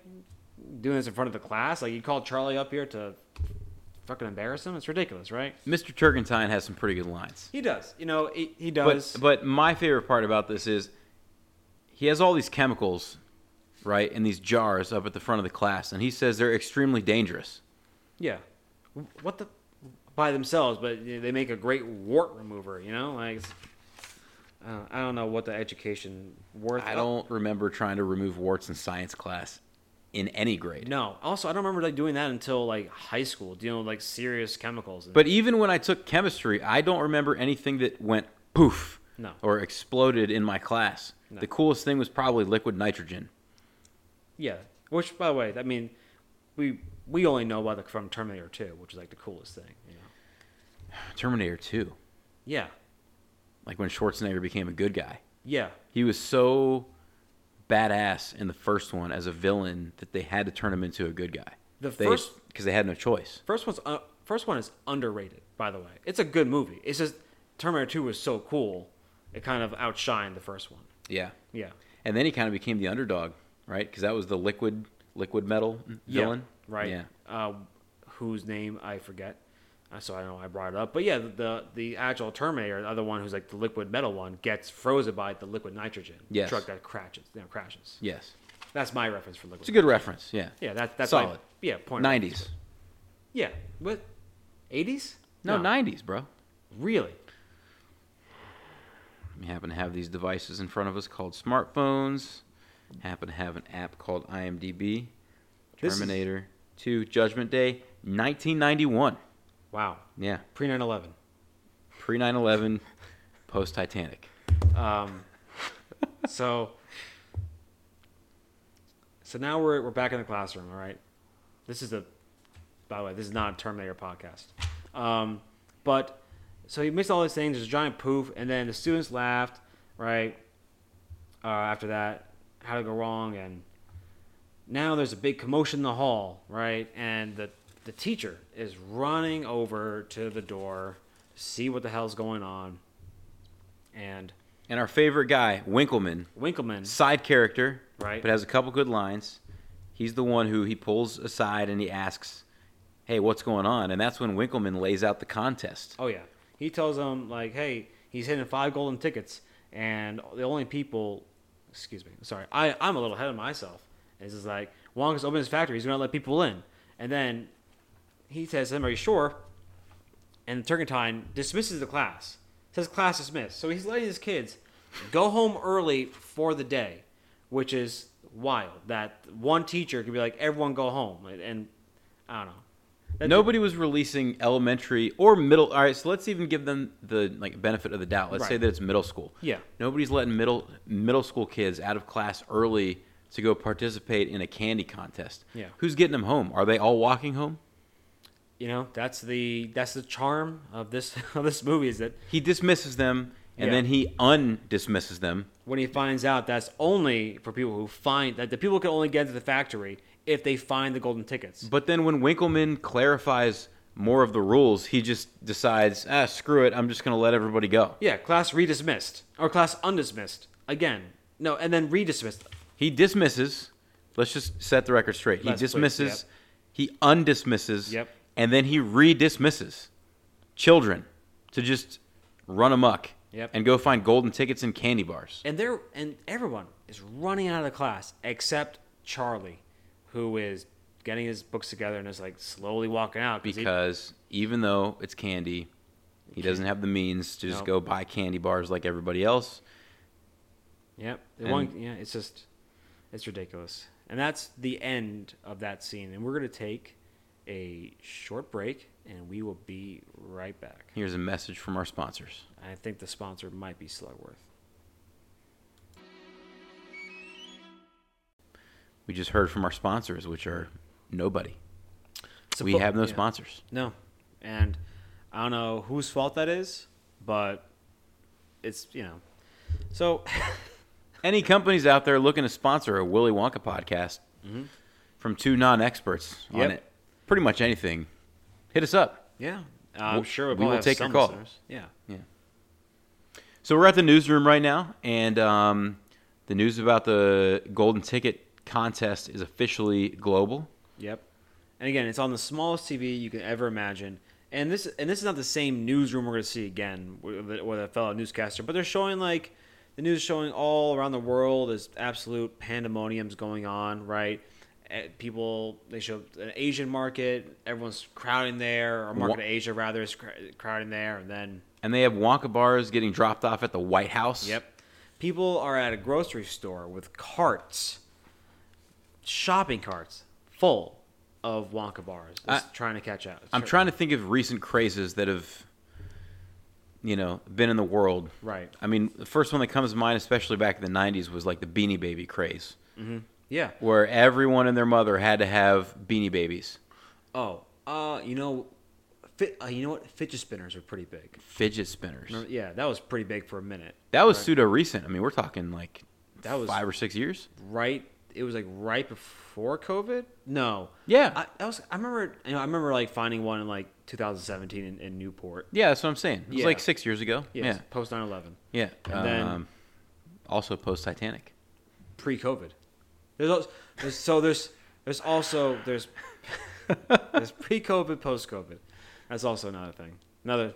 S1: doing this in front of the class. Like you called Charlie up here to fucking embarrass him. It's ridiculous, right?
S2: Mr. Turkentine has some pretty good lines.
S1: He does. You know, he, he does.
S2: But but my favorite part about this is he has all these chemicals, right, in these jars up at the front of the class, and he says they're extremely dangerous.
S1: yeah. What the? By themselves, but you know, they make a great wart remover. You know, like it's, I don't- I don't know what the education worth.
S2: I don't remember trying to remove warts in science class in any grade.
S1: No. Also, I don't remember like doing that until like high school, dealing with like serious chemicals. And,
S2: But even when I took chemistry, I don't remember anything that went poof
S1: No.
S2: or exploded in my class.
S1: No.
S2: The coolest thing was probably liquid nitrogen.
S1: yeah. Which, by the way, I mean, we we only know about the from Terminator 2, which is like the coolest thing. You know?
S2: Terminator 2,
S1: Yeah.
S2: like when Schwarzenegger became a good guy.
S1: Yeah.
S2: He was so badass in the first one as a villain that they had to turn him into a good guy.
S1: The
S2: they,
S1: first
S2: because they had no choice.
S1: First one's uh, first one is underrated, by the way. It's a good movie. It's just Terminator Two was so cool, it kind of outshined the first one.
S2: Yeah,
S1: Yeah,
S2: and then he kind of became the underdog, right? Because that was the liquid liquid metal
S1: Yeah,
S2: villain,
S1: right?
S2: Yeah,
S1: Uh, whose name I forget, Uh, so I don't know. I brought it up, but yeah, the the, the actual Terminator, the other one who's like the liquid metal one, gets frozen by the liquid nitrogen
S2: Yes.
S1: truck that crashes. You know, crashes.
S2: yes,
S1: That's my reference for
S2: it's a
S1: liquid.
S2: good reference. Yeah,
S1: Yeah, that, that's
S2: Solid.
S1: My, yeah, point. of reference.
S2: nineties,
S1: Yeah, what? Eighties?
S2: no nineties, bro.
S1: Really?
S2: We happen to have these devices in front of us called smartphones. Happen to have an app called IMDb.
S1: This is-
S2: Terminator Two Judgment Day, nineteen ninety one.
S1: Wow.
S2: Yeah,
S1: Pre 9 11.
S2: pre 9-11, post Titanic.
S1: Um, so, so now we're we're back in the classroom. All right, this is a. By the way, this is not a Terminator podcast. Um, but so he missed all these things. There's a giant poof, and then the students laughed. Right uh, after that, how to go wrong, and now there's a big commotion in the hall. Right, and the the teacher is running over to the door to see what the hell's going on, and
S2: And our favorite guy, Winkleman,
S1: Winkleman.
S2: side character,
S1: Right.
S2: But has a couple good lines. He's the one who he pulls aside and he asks, "Hey, what's going on?" And that's when Winkleman lays out the contest.
S1: Oh yeah, he tells them like, "Hey, he's hitting five golden tickets, and the only people, excuse me, sorry, I I'm a little ahead of myself." It's just like Wong's open his factory, he's gonna let people in, and then he says, to him, "Are you sure?" And Turkentine dismisses the class, says class dismissed. So he's letting his kids go home early for the day, which is wild. That one teacher could be like, "Everyone go home," and, and I don't know. That-
S2: Nobody was releasing elementary or middle. All right, so let's even give them the like benefit of the doubt. Let's say
S1: Right.
S2: that it's middle school.
S1: Yeah.
S2: Nobody's letting middle middle school kids out of class early to go participate in a candy contest.
S1: Yeah.
S2: Who's getting them home? Are they all walking home?
S1: you know that's the that's the charm of this of this movie is that
S2: He dismisses them and
S1: Yeah.
S2: then he undismisses them.
S1: when he finds out that's only for people who find that the people can only get to the factory if they find the golden tickets
S2: But then when Winkleman clarifies more of the rules, he just decides, ah, screw it, I'm just going to let everybody go.
S1: yeah class redismissed or class undismissed again no and then redismissed
S2: He dismisses. Let's just set the record straight. He
S1: Yes, please,
S2: dismisses. He undismisses.
S1: Yep.
S2: And then he redismisses children to just run amok
S1: Yep.
S2: and go find golden tickets and candy bars.
S1: and there and everyone is running out of the class except charlie who is getting his books together and is like slowly walking out he-
S2: Because even though it's candy, he doesn't have the means to just
S1: No.
S2: go buy candy bars like everybody else.
S1: Yep. The
S2: And-
S1: one, yeah, it's just, it's ridiculous. And that's the end of that scene. And we're going to take a short break, and we will be right back.
S2: Here's a message from our sponsors.
S1: I think the sponsor might be Slugworth.
S2: We just heard from our sponsors, which are nobody.
S1: It's a
S2: we
S1: fo-
S2: have no
S1: yeah.
S2: sponsors.
S1: No, and I don't know whose fault that is, but it's you know. So
S2: Any companies out there looking to sponsor a Willy Wonka podcast from two non-experts on
S1: Mm-hmm. Yep.
S2: it? Pretty much anything. Hit us up.
S1: yeah, I'm
S2: We'll-
S1: sure
S2: we
S1: probably
S2: will
S1: have
S2: take your
S1: some
S2: call.
S1: listeners. Yeah,
S2: So we're at the newsroom right now, and um, the news about the golden ticket contest is officially global.
S1: yep. And again, it's on the smallest TV you can ever imagine. And this and this is not the same newsroom we're going to see again with a- with a fellow newscaster, but they're showing like the news showing all around the world is absolute pandemonium's going on, right? Eh, People they show an Asian market, everyone's crowding there, or market
S2: Wha-
S1: of Asia rather is cr- crowding there, and then
S2: And they have Wonka bars getting dropped off at the White House.
S1: Yep. People are at a grocery store with carts, shopping carts, full of Wonka bars,
S2: I-
S1: It's trying to catch out.
S2: I'm trying to think of recent crazes that have, you know, been in the world.
S1: Right.
S2: I mean, the first one that comes to mind, especially back in the '90s, was like the Beanie Baby craze,
S1: Yeah.
S2: where everyone and their mother had to have Beanie Babies.
S1: Oh, uh, you know, fit, uh, you know what? Fidget spinners are pretty big.
S2: Fidget spinners.
S1: Remember- Yeah, that was pretty big for a minute.
S2: That was
S1: Right.
S2: pseudo recent. I mean, we're talking like
S1: That was-
S2: five or six years.
S1: Right. It was like right before COVID. No.
S2: Yeah.
S1: I, I was. I remember. You know, I remember like finding one in like 2017 in, in Newport.
S2: Yeah, that's what I'm saying. It was
S1: Yeah.
S2: like six years ago.
S1: Yes, Post 9/11.
S2: Yeah. Yeah.
S1: And then-
S2: um, also post Titanic.
S1: pre-COVID. There's, also, there's so there's there's also there's there's pre-COVID, post-COVID. That's also another thing. Another,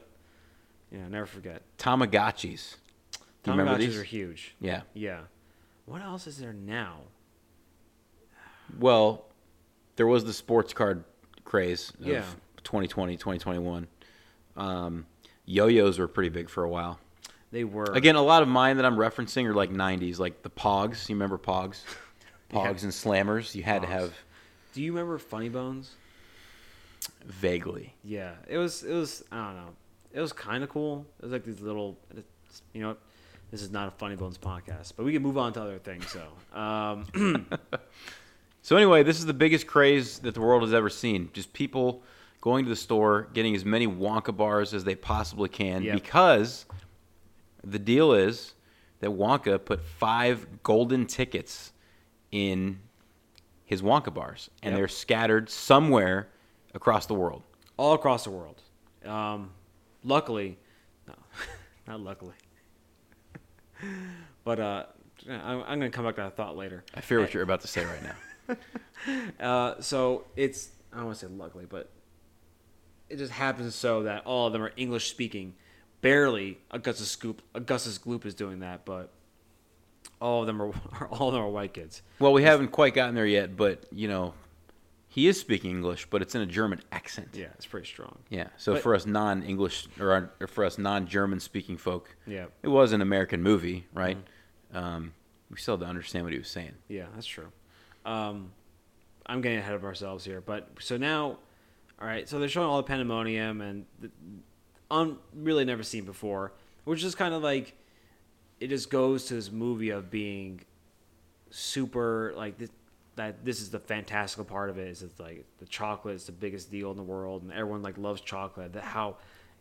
S1: you know, never forget.
S2: Tamagotchis. Do you remember
S1: Tamagotchis
S2: these?
S1: are huge.
S2: Yeah.
S1: Yeah. What else is there now?
S2: Well, there was the sports card craze of
S1: Yeah.
S2: 2020, 2021. Um, yo-yos were pretty big for a while.
S1: They were
S2: Again, a lot of mine that I'm referencing are like 90s, like the Pogs. You remember Pogs? Pogs and Slammers. You had to
S1: Pogs.
S2: have
S1: Do you remember Funny Bones?
S2: vaguely.
S1: Yeah. It was it was I don't know. It was kind of cool. It was like these little, you know, this is not a Funny Bones podcast, but we can move on to other things. So, um,
S2: So anyway, this is the biggest craze that the world has ever seen. Just people going to the store, getting as many Wonka bars as they possibly can
S1: Yep.
S2: because the deal is that Wonka put 5 golden tickets in his Wonka bars and
S1: Yep.
S2: they're scattered somewhere across the world.
S1: all across the world. Um, luckily, no, not luckily, but uh, I'm, I'm going to come back to that thought later.
S2: I fear what you're about to say right now.
S1: Uh, so it's I don't want to say luckily, but it just happens so that all of them are English speaking. Barely Augustus Scoop Augustus Gloop is doing that, but all of them are all of them are white kids.
S2: Well, we haven't quite gotten there yet, but you know, he is speaking English, but it's in a German accent.
S1: Yeah, it's pretty strong.
S2: Yeah. So
S1: But-
S2: for us non-English or, or for us non-German speaking folk,
S1: Yeah.
S2: it was an American movie, right?
S1: Mm-hmm.
S2: Um, we still had to understand what he was saying.
S1: Yeah, that's true. Um, I'm getting ahead of ourselves here, but so now, all right. So they're showing all the pandemonium and the, um, really never seen before, which is kind of like it just goes to this movie of being super like this, that. This is the fantastical part of it. Is it's like the chocolate is the biggest deal in the world, and everyone like loves chocolate. That how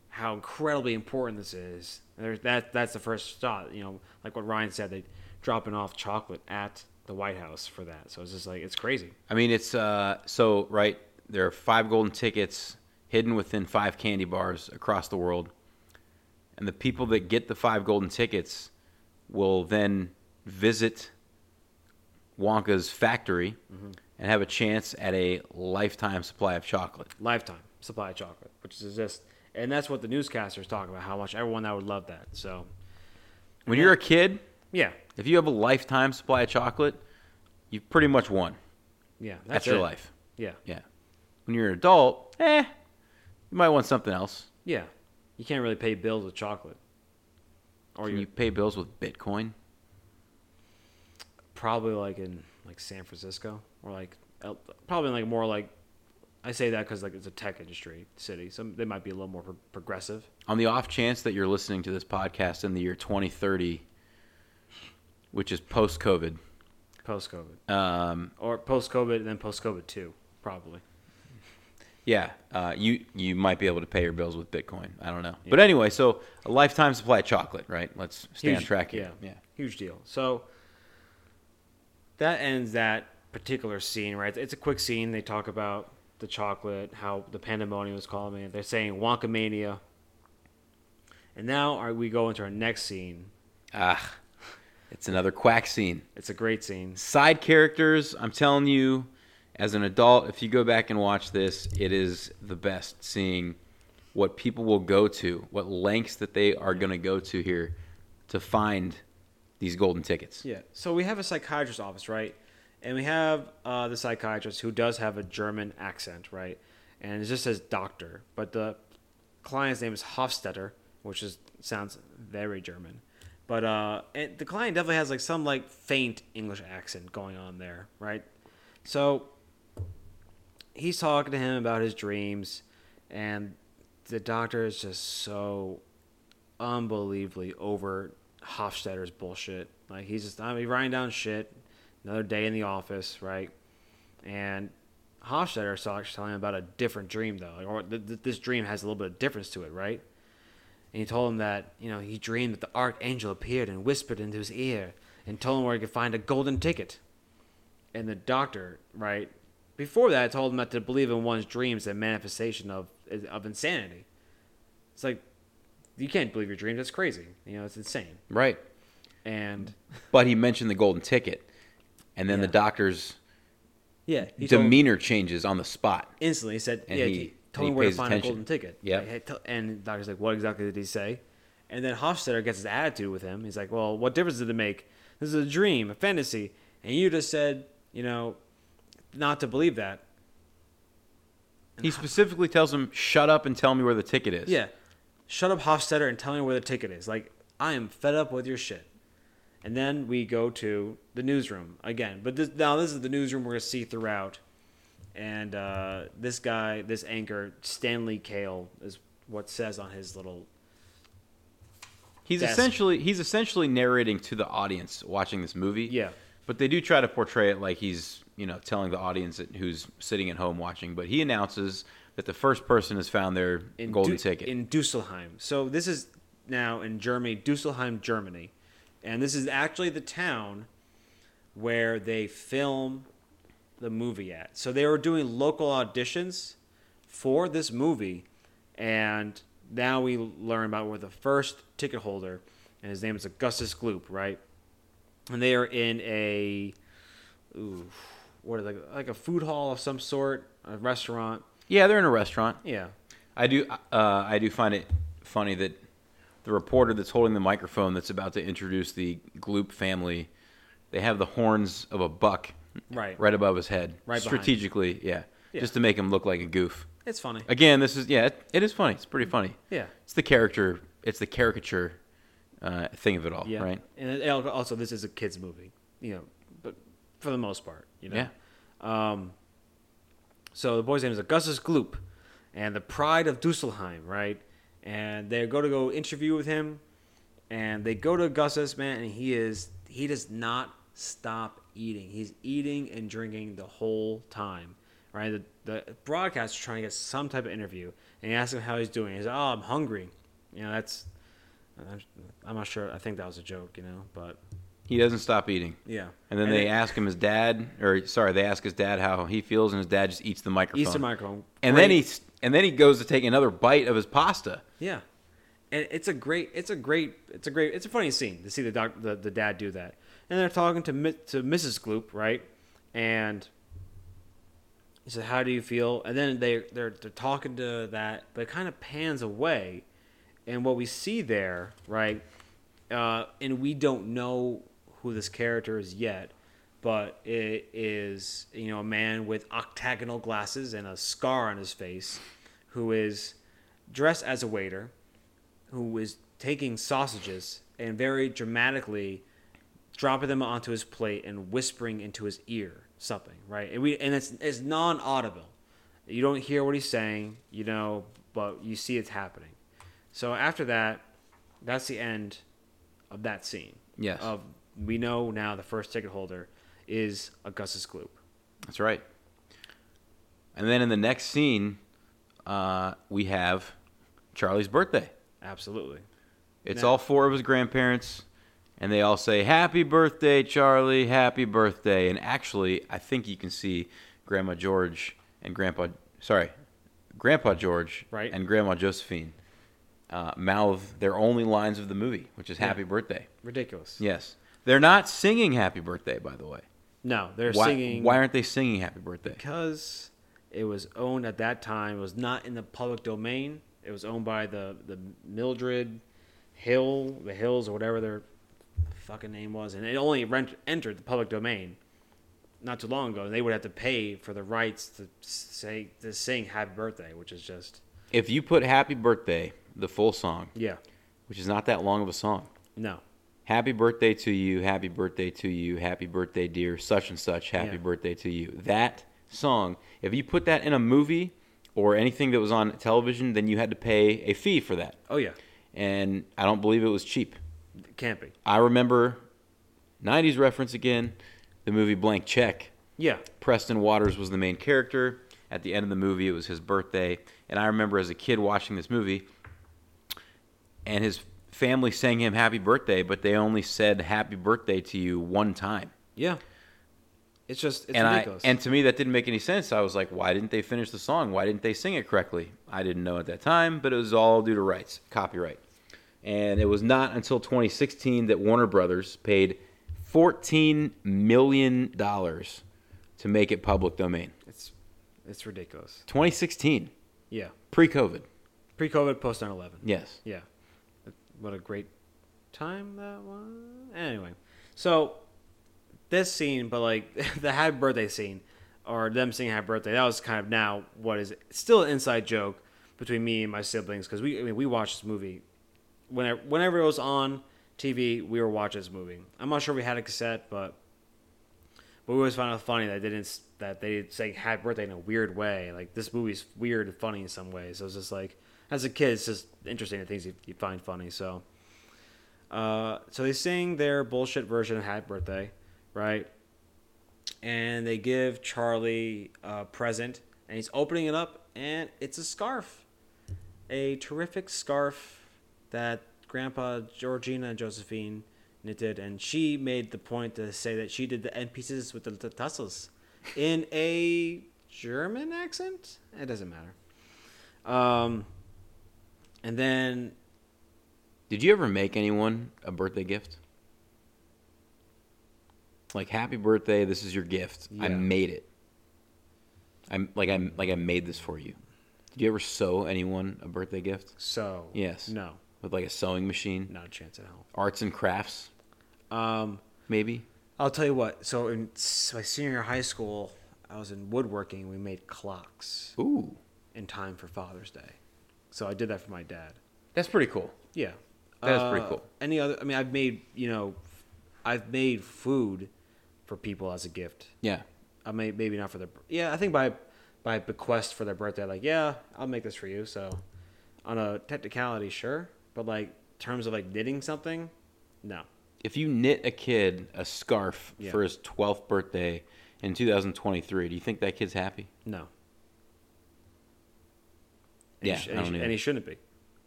S1: how incredibly important this is. And There's that that's the first shot. You know, like what Ryan said, they dropping off chocolate at the White House for that. So it's just like it's crazy.
S2: I mean, it's uh, so right. There are five golden tickets hidden within five candy bars across the world, and the people that get the five golden tickets will then visit Wonka's factory
S1: Mm-hmm.
S2: and have a chance at a lifetime supply of chocolate.
S1: Lifetime supply of chocolate, which is just, and that's what the newscasters talk about. How much everyone that would love that. So
S2: When you're a kid,
S1: yeah,
S2: If you have a lifetime supply of chocolate, you've pretty much won.
S1: yeah,
S2: That's, your
S1: it.
S2: life.
S1: Yeah,
S2: Yeah. When you're an adult, eh, you might want something else.
S1: yeah. You can't really pay bills with chocolate, or
S2: Can
S1: you
S2: you pay bills with Bitcoin?
S1: probably like in like San Francisco or like El- probably like more like I say that because like it's a tech industry city, so they might be a little more pro- progressive.
S2: On the off chance that you're listening to this podcast in the year 2030, which is post COVID,
S1: Post COVID,
S2: um,
S1: or post COVID, and then post COVID two, probably.
S2: yeah, uh, you you might be able to pay your bills with Bitcoin. I don't know, but anyway, so a lifetime supply of chocolate, right? Let's stay on track here.
S1: Yeah, huge deal. So that ends that particular scene, right? It's a quick scene. They talk about the chocolate, how the pandemonium is calling it. They're saying Wonka mania. And now are we go into our next scene.
S2: Ah, it's another quack scene.
S1: It's a great scene.
S2: Side characters, I'm telling you, as an adult, if you go back and watch this, it is the best seeing what people will go to, what lengths that they are going to go to here to find these golden tickets.
S1: Yeah. So we have a psychiatrist's office, right? And we have uh, the psychiatrist who does have a German accent, right? And it just says doctor, but the client's name is Hofstetter, which is sounds very German. But uh, and the client definitely has like some like faint English accent going on there, right? So he's talking to him about his dreams, and the doctor is just so unbelievably over Hofstadter's bullshit. Like he's just I mean writing down shit. Another day in the office, right? And Hofstadter starts telling him about a different dream though, like, or th- th- this dream has a little bit of difference to it, right? And he told him that you know he dreamed that the archangel appeared and whispered into his ear and told him where he could find a golden ticket. And the doctor, right before that, told him not to believe in one's dreams and manifestation of of insanity. It's like you can't believe your dreams. That's crazy. You know, it's insane.
S2: Right.
S1: And
S2: But he mentioned the golden ticket, and then the
S1: Yeah.
S2: doctor's
S1: yeah, he told him
S2: demeanor changes on the spot.
S1: instantly. He said,
S2: and
S1: "Yeah,
S2: he-
S1: he,
S2: and
S1: told
S2: he
S1: him where to
S2: pays
S1: find
S2: attention.
S1: a golden ticket."
S2: Yep.
S1: Like, hey, tell- and the doctor's like, "What exactly did he say?" And then Hofstadter gets his attitude with him. He's like, "Well, what difference did it make? This is a dream, a fantasy, and you just said, you know, not to believe that."
S2: He specifically tells him, "Shut up and tell me where the ticket is."
S1: Yeah. Shut up Hofstetter and tell me where the ticket is. Like, I am fed up with your shit. And then we go to the newsroom again. But this, now this is the newsroom we're going to see throughout. And uh, this guy, this anchor, Stanley Kale, is what says on his little.
S2: He's
S1: desk.
S2: essentially he's essentially narrating to the audience watching this movie.
S1: Yeah.
S2: But they do try to portray it like he's, you know, telling the audience that- who's sitting at home watching, but he announces that the first person has found their
S1: In
S2: golden
S1: Du-
S2: ticket.
S1: In Dusselheim. So this is now in Germany, Dusselheim, Germany. And this is actually the town where they film the movie at. So they were doing local auditions for this movie, and now we learn about where the first ticket holder, and his name is Augustus Gloop, right? And they are in a, ooh, what are they, like a food hall of some sort, a restaurant.
S2: yeah, they're in a restaurant.
S1: Yeah,
S2: I do uh, I do find it funny that the reporter that's holding the microphone that's about to introduce the Gloop family, they have the horns of a buck
S1: right.
S2: right above his head.
S1: Right behind.
S2: strategically, yeah,
S1: Yeah.
S2: Just to make him look like a goof.
S1: It's funny.
S2: Again, this is yeah, it, it is funny. It's pretty funny.
S1: Mm-hmm. Yeah.
S2: It's the character. It's the caricature uh, thing of it all, right?
S1: Yeah. And it- also, this is a kids' movie, you know, but for the most part, you know.
S2: Yeah.
S1: Um, so the boy's name is Augustus Gloop, and the pride of Dusselheim, right? And they go to go interview with him, and they go to Augustus, man, and he is he does not stop eating. He's eating and drinking the whole time, right? The, the broadcaster's trying to get some type of interview, and he asks him how he's doing. He's like, "Oh, I'm hungry." You know, that's I'm, I'm not sure. I think that was a joke, you know, but
S2: He doesn't stop eating.
S1: yeah.
S2: And then they ask him his dad, or sorry, they ask his dad how he feels, and his dad just eats the microphone.
S1: Easter microphone,
S2: And
S1: great-
S2: then he s- and then he goes to take another bite of his pasta.
S1: Yeah, and it's a great, it's a great, it's a great, it's a funny scene to see the doc, the, the dad do that. And they're talking to Mi- to Mrs. Gloop, right? And he said, "How do you feel?" And then they they're they're talking to that, but it kind of pans away, and what we see there, right? Uh, and we don't know who this character is yet, but it is you know a man with octagonal glasses and a scar on his face, who is dressed as a waiter, who is taking sausages and very dramatically dropping them onto his plate and whispering into his ear something, right? And we and it's it's non audible. You don't hear what he's saying, you know, but you see it's happening. So after that, that's the end of that scene.
S2: Yes.
S1: Of we know now the first ticket holder is Augustus Gloop.
S2: That's right. And then in the next scene, uh, we have Charlie's birthday.
S1: Absolutely.
S2: It's
S1: No.
S2: all four of his grandparents, and they all say, Happy birthday, Charlie, happy birthday. And actually, I think you can see Grandma George and Grandpa, sorry, Grandpa George
S1: Right.
S2: and Grandma Josephine uh, mouth their only lines of the movie, which is
S1: Yeah.
S2: Happy birthday.
S1: Ridiculous.
S2: Yes. They're not singing Happy birthday, by the way.
S1: No, they're
S2: why,
S1: singing
S2: why aren't they singing Happy birthday?
S1: because it was owned at that time. It was not in the public domain. It was owned by the the Mildred Hill, the Hills, or whatever their fucking name was, and it only rent, entered the public domain not too long ago. And they would have to pay for the rights to say to sing "Happy Birthday," which is just
S2: If you put Happy Birthday, the full song,
S1: yeah,
S2: which is not that long of a song,
S1: no,
S2: Happy birthday to you, happy birthday to you, happy birthday, dear, such and such, happy
S1: Yeah.
S2: birthday to you. That song, if you put that in a movie or anything that was on television, then you had to pay a fee for that.
S1: oh yeah,
S2: And I don't believe it was cheap.
S1: can't be,
S2: I remember 90s reference again, the movie Blank Check.
S1: yeah,
S2: Preston Waters was the main character. At the end of the movie, it was his birthday. And I remember as a kid watching this movie, and his family sang him happy birthday, but they only said happy birthday to you one time.
S1: yeah. It's just it's
S2: and
S1: ridiculous.
S2: I and to me that didn't make any sense. I was like, why didn't they finish the song? Why didn't they sing it correctly? I didn't know at that time, but it was all due to rights, copyright. And it was not until 2016 that Warner Brothers paid 14 million dollars to make it public domain.
S1: it's it's ridiculous.
S2: 2016,
S1: Yeah,
S2: pre-COVID.
S1: pre-COVID, post 9/11.
S2: Yes.
S1: Yeah. What a great time that was. Anyway, so this scene, but like the happy birthday scene, or them singing happy birthday, that was kind of now what is still an inside joke between me and my siblings because we, I mean, we watched this movie whenever, whenever it was on TV, we were watching this movie. I'm not sure we had a cassette, but but we always found it funny that they didn't that they sang happy birthday in a weird way. Like this movie's weird and funny in some ways. So it's just like as a kid, it's just interesting the things you, you find funny. So, uh, so they sing their bullshit version of happy birthday, right? And they give Charlie a present, and he's opening it up, and it's a scarf, a terrific scarf that Grandpa Georgina and Josephine knitted, and she made the point to say that she did the end pieces with the, the tassels in a German accent. It doesn't matter. Um, and then
S2: Did you ever make anyone a birthday gift? Like happy birthday, this is your gift. I
S1: Yeah.
S2: made it. I'm like I'm like I made this for you. Did you ever sew anyone a birthday gift
S1: so
S2: Yes.
S1: no,
S2: with like a sewing machine?
S1: not a chance at all.
S2: Arts and crafts,
S1: Um,
S2: maybe?
S1: I'll tell you what. So in s- my senior year of high school, I was in woodworking. We made clocks
S2: Ooh.
S1: in time for Father's Day, so I did that for my dad.
S2: That's pretty cool.
S1: Yeah, Uh,
S2: That is pretty cool.
S1: Any other? I mean, I've made you know, I've made food for people as a gift.
S2: Yeah.
S1: I may maybe not for their yeah. I think by by bequest for their birthday, like yeah, I'll make this for you. So on a technicality, sure, but like in terms of like knitting something, no.
S2: If you knit a kid a scarf
S1: Yeah.
S2: for his 12th birthday in 2023, do you think that kid's happy?
S1: No.
S2: Yeah,
S1: and he, sh- and,
S2: I
S1: he
S2: don't
S1: sh-
S2: either.
S1: and he shouldn't be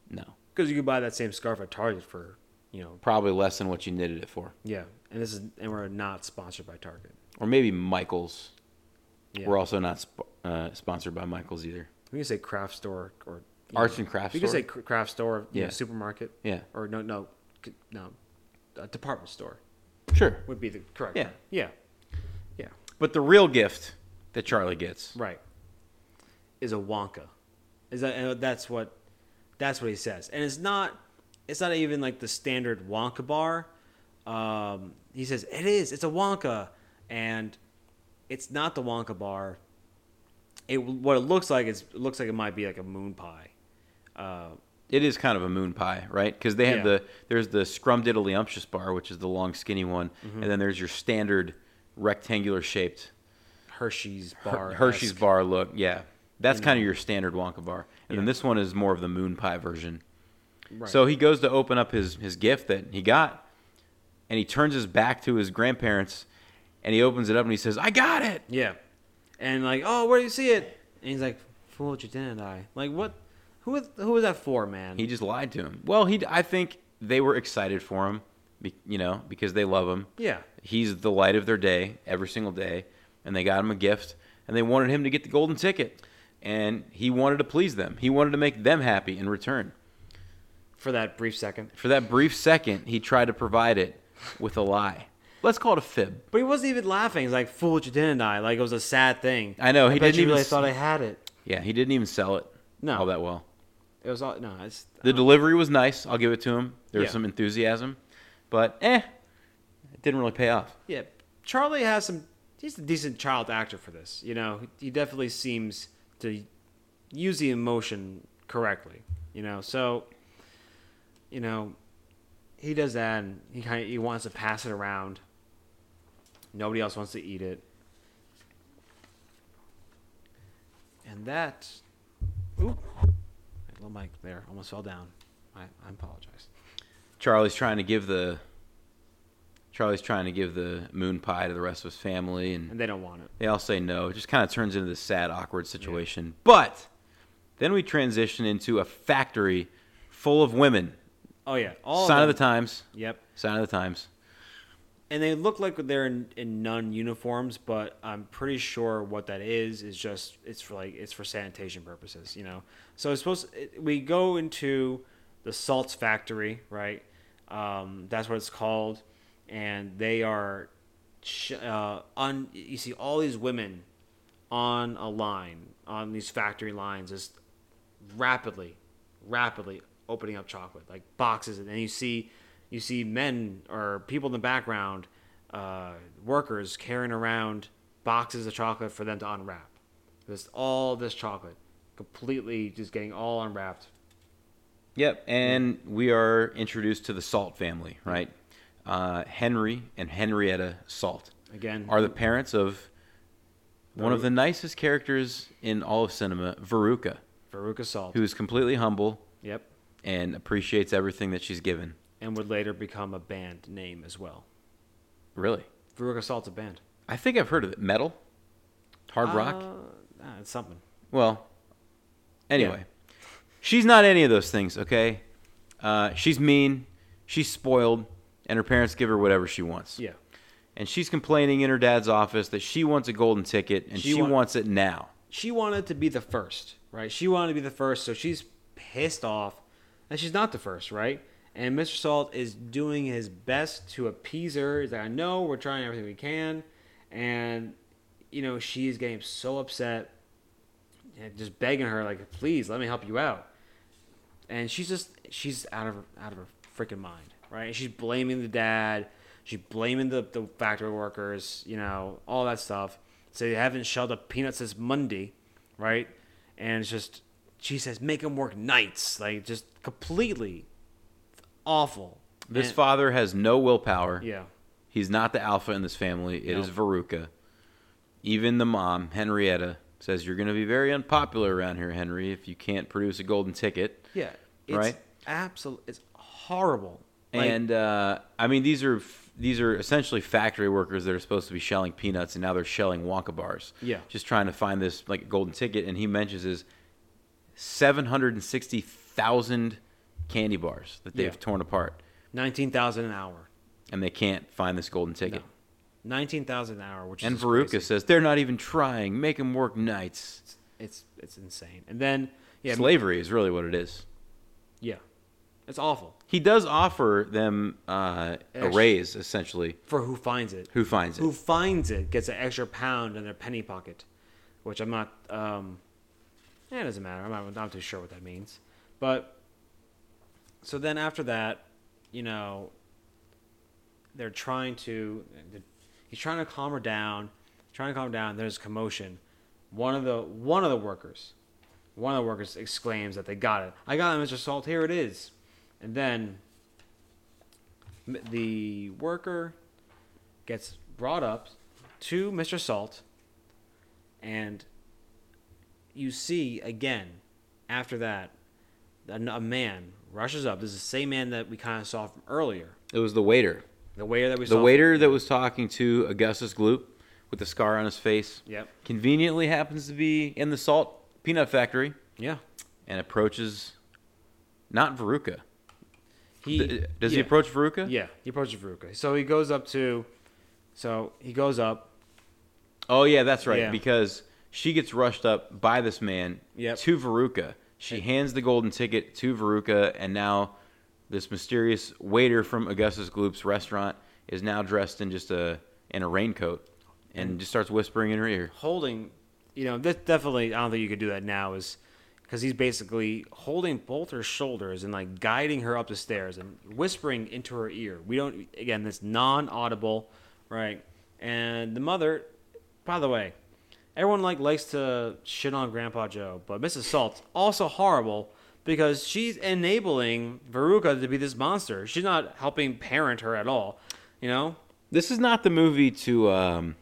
S2: No.
S1: because you could buy that same scarf at Target for you know
S2: Probably less than what you knitted it for.
S1: yeah. And this is and we're not sponsored by Target.
S2: Or maybe Michaels.
S1: Yeah.
S2: We're also not sp- uh, sponsored by Michaels either.
S1: we can say craft store or you
S2: Arts and crafts
S1: We can
S2: store?
S1: say cr- craft store, yeah,
S2: Yeah.
S1: supermarket,
S2: Yeah.
S1: or no, no, c- no, uh, department store
S2: Sure.
S1: would be the correct.
S2: Yeah.
S1: yeah, yeah.
S2: But the real gift that Charlie gets.
S1: Right. Is a Wonka. Is that and that's what that's what he says. And it's not it's not even like the standard Wonka bar. Um, he says it is. It's a Wonka and it's not the Wonka bar. It what it looks like is it looks like it might be like a moon pie. Uh,
S2: It is kind of a moon pie, right? Because they have
S1: Yeah.
S2: the there's the scrumdiddlyumptious bar, which is the long skinny one,
S1: Mm-hmm.
S2: and then there's your standard rectangular shaped
S1: Hershey's
S2: Her-
S1: bar.
S2: Hershey's bar look. Yeah, That's kind of your standard Wonka bar. And then this one is more of the moon pie version.
S1: Right.
S2: So he goes to open up his, his gift that he got, and he turns his back to his grandparents, and he opens it up and he says, "I got it."
S1: yeah, and like, oh, where do you see it? And he's like, fooled you, didn't I? Like, what? Who was who was that for, man?
S2: He just lied to him. Well, he I think they were excited for him, be- you know, because they love him.
S1: yeah,
S2: He's the light of their day every single day, and they got him a gift, and they wanted him to get the golden ticket, and he wanted to please them. He wanted to make them happy in return.
S1: for that brief second.
S2: For that brief second, he tried to provide it with a lie. Let's call it a fib.
S1: But he wasn't even laughing. He's like, fooled you, didn't I? Like it was a sad thing.
S2: I know,
S1: I
S2: he
S1: bet
S2: didn't
S1: you
S2: even
S1: really
S2: s-
S1: thought I had it.
S2: Yeah, he didn't even sell it
S1: No.
S2: all that well.
S1: It was all no. It's
S2: The delivery was nice. I'll give it to him. There
S1: Uh-huh.
S2: was
S1: Yeah.
S2: some enthusiasm, but eh, it didn't really pay off.
S1: yeah. Charlie has some. He's a decent child actor for this. You know, he definitely seems to use the emotion correctly. You know, so you know he does that, and he kind of he wants to pass it around. Nobody else wants to eat it, and that. Oop, my little mic there almost fell down. I, I apologize.
S2: Charlie's trying to give the Charlie's trying to give the moon pie to the rest of his family, and
S1: And they don't want it.
S2: they all say no. It just kind of turns into this sad, awkward situation. But then we transition into a factory full of women.
S1: Oh yeah, all
S2: Sign
S1: of,
S2: of the
S1: them.
S2: times.
S1: Yep.
S2: Sign of the times.
S1: and they look like they're in, in nun uniforms, but I'm pretty sure what that is is just it's for like it's for sanitation purposes, you know. So it's supposed it, we go into the salts factory, right? Um, that's what it's called, and they are sh- uh, on. You see all these women on a line on these factory lines, just rapidly, rapidly opening up chocolate like boxes, and then you see you see men or people in the background, uh, workers carrying around boxes of chocolate for them to unwrap. Just all this chocolate, completely just getting all unwrapped.
S2: Yep, and we are introduced to the Salt family, right? Uh, Henry and Henrietta Salt
S1: Again,
S2: are the parents of one of the nicest characters in all of cinema, Veruca,
S1: Veruca Salt.
S2: who is completely humble
S1: Yep,
S2: and appreciates everything that she's given.
S1: and would later become a band name as well.
S2: Really,
S1: Veruca Salt's a band.
S2: I think I've heard of it. Metal, hard rock.
S1: Uh, ah, it's something.
S2: Well, anyway, she's not any of those things. Okay, uh, she's mean, she's spoiled, and her parents give her whatever she wants.
S1: Yeah,
S2: and she's complaining in her dad's office that she wants a golden ticket and
S1: She
S2: she,
S1: wa-
S2: wants it now.
S1: she wanted to be the first, right? She wanted to be the first, so she's pissed off that she's not the first, right? And Mr. Salt is doing his best to appease her. He's like, I know we're trying everything we can, and you know she is getting so upset, and just begging her like, please let me help you out. And she's just she's out of her, out of her freaking mind, right? And she's blaming the dad. She's blaming the, the factory workers, you know, all that stuff. So they haven't shelled up peanuts since Monday, right? And it's just, she says, make them work nights. Like, just completely awful.
S2: This
S1: And-
S2: father has no willpower.
S1: Yeah.
S2: He's not the alpha in this family. It
S1: No.
S2: is Veruca. Even the mom, Henrietta, says you're going to be very unpopular around here, Henry, if you can't produce a golden ticket.
S1: Yeah. It's
S2: Right?
S1: Absolutely. It's horrible. Like,
S2: and uh, I mean these are f- these are essentially factory workers that are supposed to be shelling peanuts, and now they're shelling Wonka bars.
S1: Yeah.
S2: just trying to find this like golden ticket. And he mentions is seven hundred and sixty thousand candy bars that they've
S1: Yeah.
S2: torn apart,
S1: 19,000 an hour.
S2: and they can't find this golden
S1: No.
S2: ticket.
S1: 19,000 an hour, which
S2: And
S1: is. just crazy.
S2: Veruca says they're not even trying. Make them work nights.
S1: It's, it's, it's insane. And then, yeah.
S2: Slavery is really what it is.
S1: Yeah. It's awful.
S2: He does offer them uh, a
S1: Ex-
S2: raise, essentially.
S1: For who finds it.
S2: Who finds it?
S1: who finds it gets an extra pound in their penny pocket, which I'm not. Um, eh, it doesn't matter. I'm not, I'm not too sure what that means. But so then after that, you know, they're trying to. He's trying to calm her down. Trying to calm her down. There's commotion. One of the one of the workers, one of the workers exclaims that they got it. I got it, Mr. Salt. Here it is. And then m- the worker gets brought up to Mr. Salt, and you see again after that a, a man rushes up. This is the same man that we kind of saw from earlier.
S2: It was the waiter.
S1: The waiter that we
S2: The
S1: saw.
S2: waiter that was talking to Augustus Gloop with the scar on his face
S1: Yep.
S2: conveniently happens to be in the salt peanut factory
S1: Yeah.
S2: and approaches not Veruca.
S1: He
S2: Th- Does
S1: yeah.
S2: he approach Veruca?
S1: Yeah, he approaches Veruca. So he goes up to. So he goes up.
S2: Oh yeah, that's right.
S1: Yeah.
S2: Because she gets rushed up by this man
S1: Yep.
S2: to Veruca. She hands the golden ticket to Veruca, and now this mysterious waiter from Augustus Gloop's restaurant is now dressed in just a in a raincoat and just starts whispering in her ear.
S1: holding, you know, that definitely, I don't think you could do that now, is because he's basically holding both her shoulders and like guiding her up the stairs and whispering into her ear. We don't, again, this non audible, right? And the mother, by the way, everyone like likes to shit on Grandpa Joe, but Mrs. Salt's also horrible because she's enabling Veruca to be this monster. She's not helping parent her at all, you know?
S2: This is not the movie to um,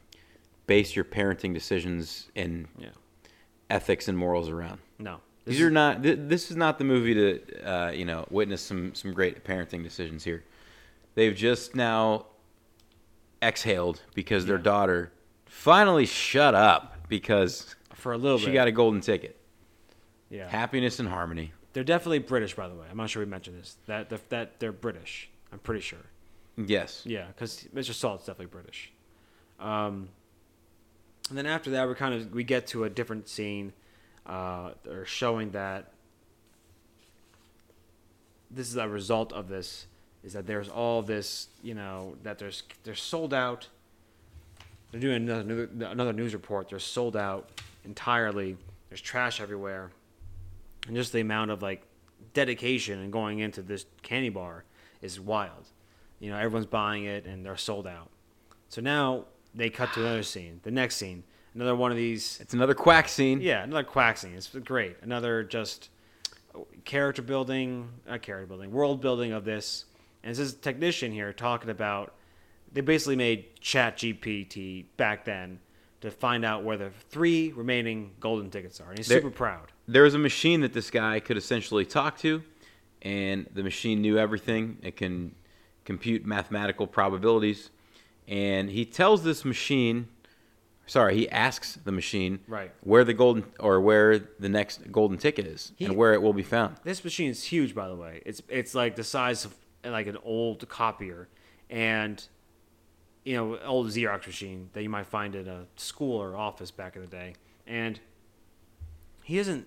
S2: base your parenting decisions and
S1: Yeah.
S2: ethics and morals around.
S1: No. This
S2: These are not. Th- this is not the movie to uh, you know witness some some great parenting decisions here. They've just now exhaled because their daughter finally shut up because
S1: is for a little
S2: she
S1: bit.
S2: got a golden ticket.
S1: yeah.
S2: Happiness and harmony.
S1: They're definitely British, by the way. I'm not sure we mentioned this. That that, that they're British. I'm pretty sure.
S2: Yes.
S1: Yeah, because Mr. Salt's definitely British. Um, and then after that, we kind of we get to a different scene, uh, or showing that this is a result of this is that there's all this you know that there's they're sold out. They're doing another another news report. They're sold out entirely. There's trash everywhere and just the amount of like dedication and going into this candy bar is wild. You know, everyone's buying it and they're sold out. So now they cut to another scene. The next scene, another one of these.
S2: It's another quack scene.
S1: Yeah, another quack scene. It's great. Another just oh, character building, not character building, world building of this. And this is technician here talking about they basically made ChatGPT back then to find out where the three remaining golden tickets are. And he's
S2: They're-
S1: super proud.
S2: There was a machine that this guy could essentially talk to, and the machine knew everything. It can compute mathematical probabilities, and he tells this machine, sorry, he asks the machine
S1: Right.
S2: where the golden or where the next golden ticket is
S1: He-
S2: and where it will be found.
S1: This machine is huge, by the way. It's it's like the size of like an old copier, and you know, old Xerox machine that you might find at a school or office back in the day. And he doesn't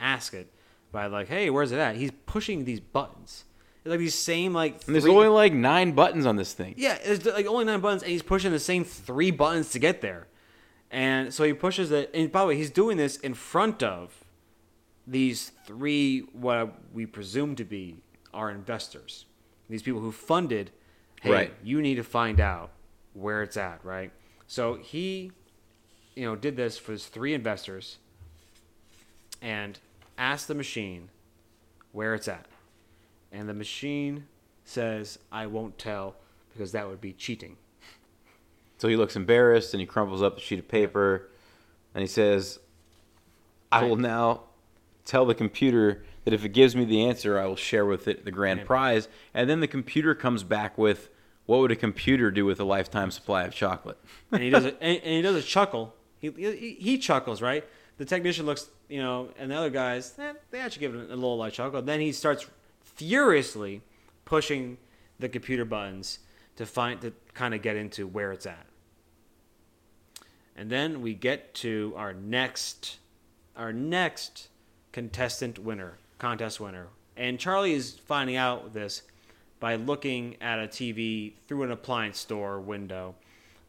S1: ask it by like, "Hey, where's it at?" He's pushing these buttons, It's like these same like.
S2: And there's
S1: three-
S2: only like nine buttons on this thing.
S1: yeah, it's like only nine buttons, and he's pushing the same three buttons to get there. And so he pushes it. And by the way, he's doing this in front of these three, what we presume to be our investors, these people who funded. Hey,
S2: Right.
S1: you need to find out where it's at, right? So he, you know, did this for his three investors, and asked the machine where it's at. And the machine says, I won't tell because that would be cheating.
S2: So he looks embarrassed and he crumples up the sheet of paper and he says, I will now tell the computer that if it gives me the answer, I will share with it the grand prize. And then the computer comes back with, What would a computer do with a lifetime supply of chocolate?
S1: And he does a, and, and he does a chuckle. He, he, he chuckles, right? The technician looks, you know, and the other guys, eh, they actually give it a little light chuckle. Then he starts furiously pushing the computer buttons to find to kind of get into where it's at. And then we get to our next our next contestant winner, contest winner. And Charlie is finding out this by looking at a TV through an appliance store window.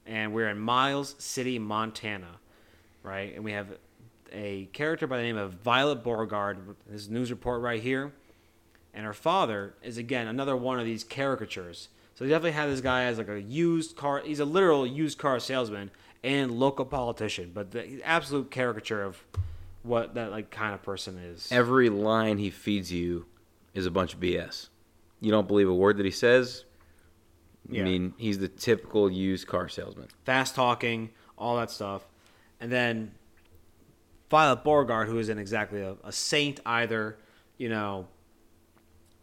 S1: And we're in Miles City, Montana, right? And we have a character by the name of Violet Beauregard, this news report right here. And her father is, again, another one of these caricatures. So they definitely have this guy as like a used car, he's a literal used car salesman and local politician, but the absolute caricature of what that like kind of person is.
S2: Every line he feeds you is a bunch of BS. You don't believe a word that he says?
S1: Yeah.
S2: I mean, he's the typical used car salesman.
S1: fast talking, all that stuff. And then Violet Beauregard, who isn't exactly a, a saint either, you know,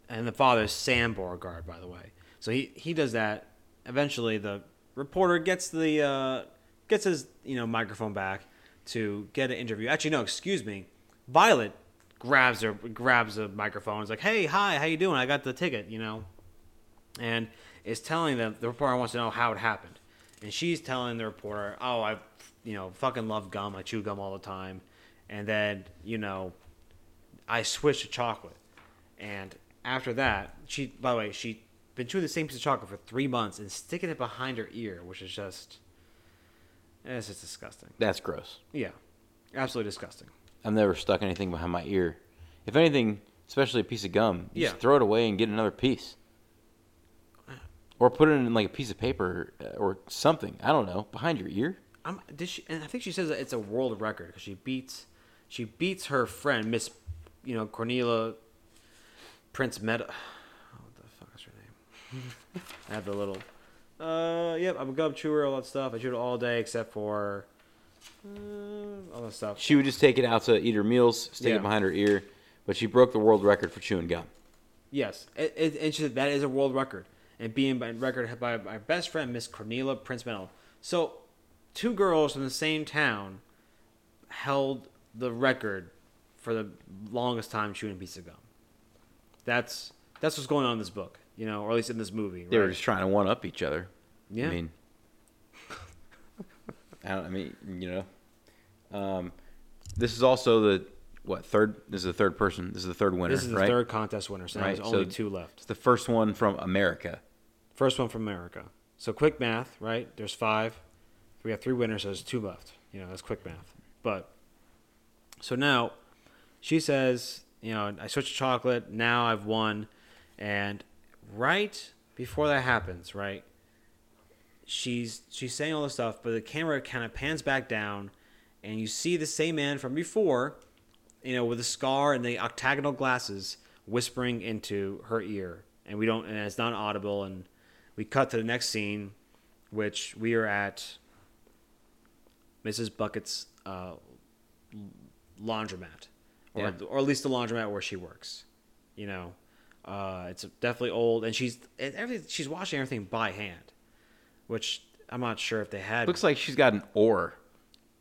S1: and the father is Sam Beauregard, by the way. So he, he does that. Eventually, the reporter gets the uh, gets his you know microphone back to get an interview. Actually, no, excuse me. Violet grabs her grabs a microphone. Is like, hey, hi, how you doing? I got the ticket, you know, and is telling them the reporter wants to know how it happened, and she's telling the reporter, oh, I, you know, fucking love gum. I chew gum all the time, and then you know, I switched to chocolate, and after that, she by the way she been chewing the same piece of chocolate for three months and sticking it behind her ear, which is just eh, it's just disgusting.
S2: That's gross.
S1: Yeah, absolutely disgusting.
S2: I've never stuck anything behind my ear. If anything, especially a piece of gum, you
S1: Yeah.
S2: just throw it away and get another piece. Or put it in like a piece of paper uh, or something. I don't know. Behind your ear?
S1: I'm, did she, and I think she says that it's a world record because she beats she beats her friend Miss you know Cornelia Prince Meta. What the fuck is her name? I have the little. Uh, yep, I'm a gum chewer, all that stuff. I chew it all day except for uh, all that stuff.
S2: She would just take it out to eat her meals, stick
S1: Yeah.
S2: it behind her ear. But she broke the world record for chewing gum.
S1: Yes, it, it, it's just, that is a world record, and being by record by my best friend Miss Cornelia Prince Mendel. So, two girls from the same town held the record for the longest time chewing a piece of gum. That's that's what's going on in this book, you know, or at least in this movie.
S2: They were
S1: right?
S2: just trying to one up each other.
S1: Yeah.
S2: I mean, I don't. I mean, you know, um, this is also the what third? This is the third person. This is the third winner,
S1: this is the
S2: right?
S1: third contest winner, so
S2: Right,
S1: there's
S2: so-
S1: only two left.
S2: It's the first one from America.
S1: First one from America. So quick math, right? There's five. We got three winners, so there's two left. You know, that's quick math. But so now she says, you know, I switched to chocolate. Now I've won. And right before that happens, right? She's she's saying all this stuff, but the camera kind of pans back down, and you see the same man from before, you know, with a scar and the octagonal glasses, whispering into her ear, and we don't, and it's not audible, and we cut to the next scene, which we are at Mrs. Bucket's uh, laundromat, or
S2: Yeah.
S1: or at least the laundromat where she works. You know, uh, it's definitely old, and she's and everything. She's washing everything by hand, which I'm not sure if they had.
S2: Looks like she's got an oar.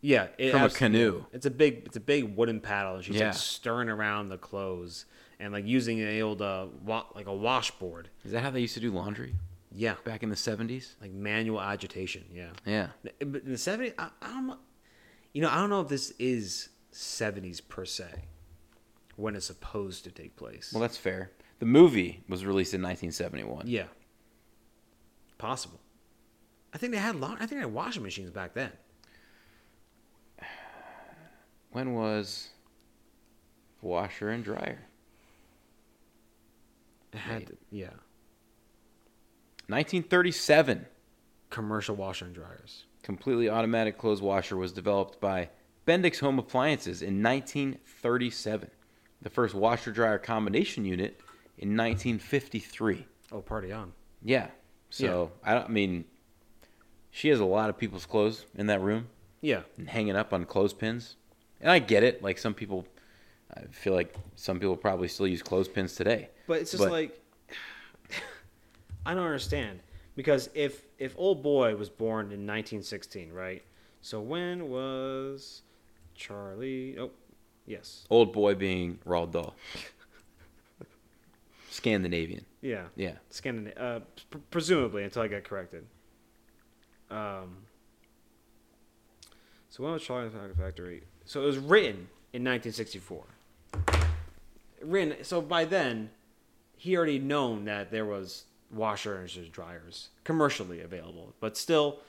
S1: Yeah, it
S2: From a
S1: abso-
S2: canoe.
S1: It's a big, it's a big wooden paddle, and she's
S2: Yeah.
S1: like stirring around the clothes and like using an old uh, wa- like a washboard.
S2: Is that how they used to do laundry
S1: Yeah,
S2: back in the seventies?
S1: like manual agitation. Yeah,
S2: Yeah.
S1: but in the seventies, I, I don't, you know, I don't know if this is seventies per se when it's supposed to take place.
S2: Well, that's fair. The movie was released in 1971.
S1: yeah, possible. I think they had long. I think they had washing machines back then.
S2: When was washer and dryer?
S1: It had, to- yeah,
S2: 1937.
S1: commercial washer and dryers.
S2: completely automatic clothes washer was developed by Bendix Home Appliances in 1937. The first washer dryer combination unit in 1953.
S1: Oh, party on!
S2: Yeah. So, I don't I mean, she has a lot of people's clothes in that room
S1: Yeah,
S2: and hanging up on clothespins. And I get it. Like, some people, I feel like some people probably still use clothespins today.
S1: But it's just
S2: But-
S1: like I don't understand because if if old boy was born in 1916, right? So when was Charlie? Oh, yes,
S2: Old boy being Roald Dahl. Scandinavian.
S1: yeah,
S2: Yeah.
S1: Scandinav- uh, pr- presumably until I get corrected. Um. So when was Charlie and the Chocolate Factory? So it was written in 1964. Written. So by then, he already known that there was washer and just dryers commercially available, but still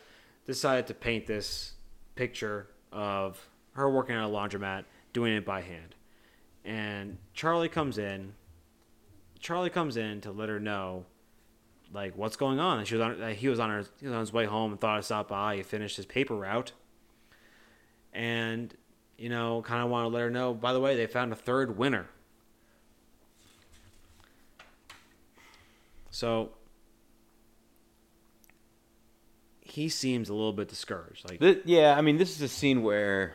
S1: decided to paint this picture of her working at a laundromat, doing it by hand. And Charlie comes in. Charlie comes in to let her know, like what's going on. And she was on. uh, He was on her. He was on his way home and thought I stopped by. He finished his paper route, and you know, kind of want to let her know. By the way, they found a third winner. So he seems a little bit discouraged. Like
S2: Th yeah, I mean, this is a scene where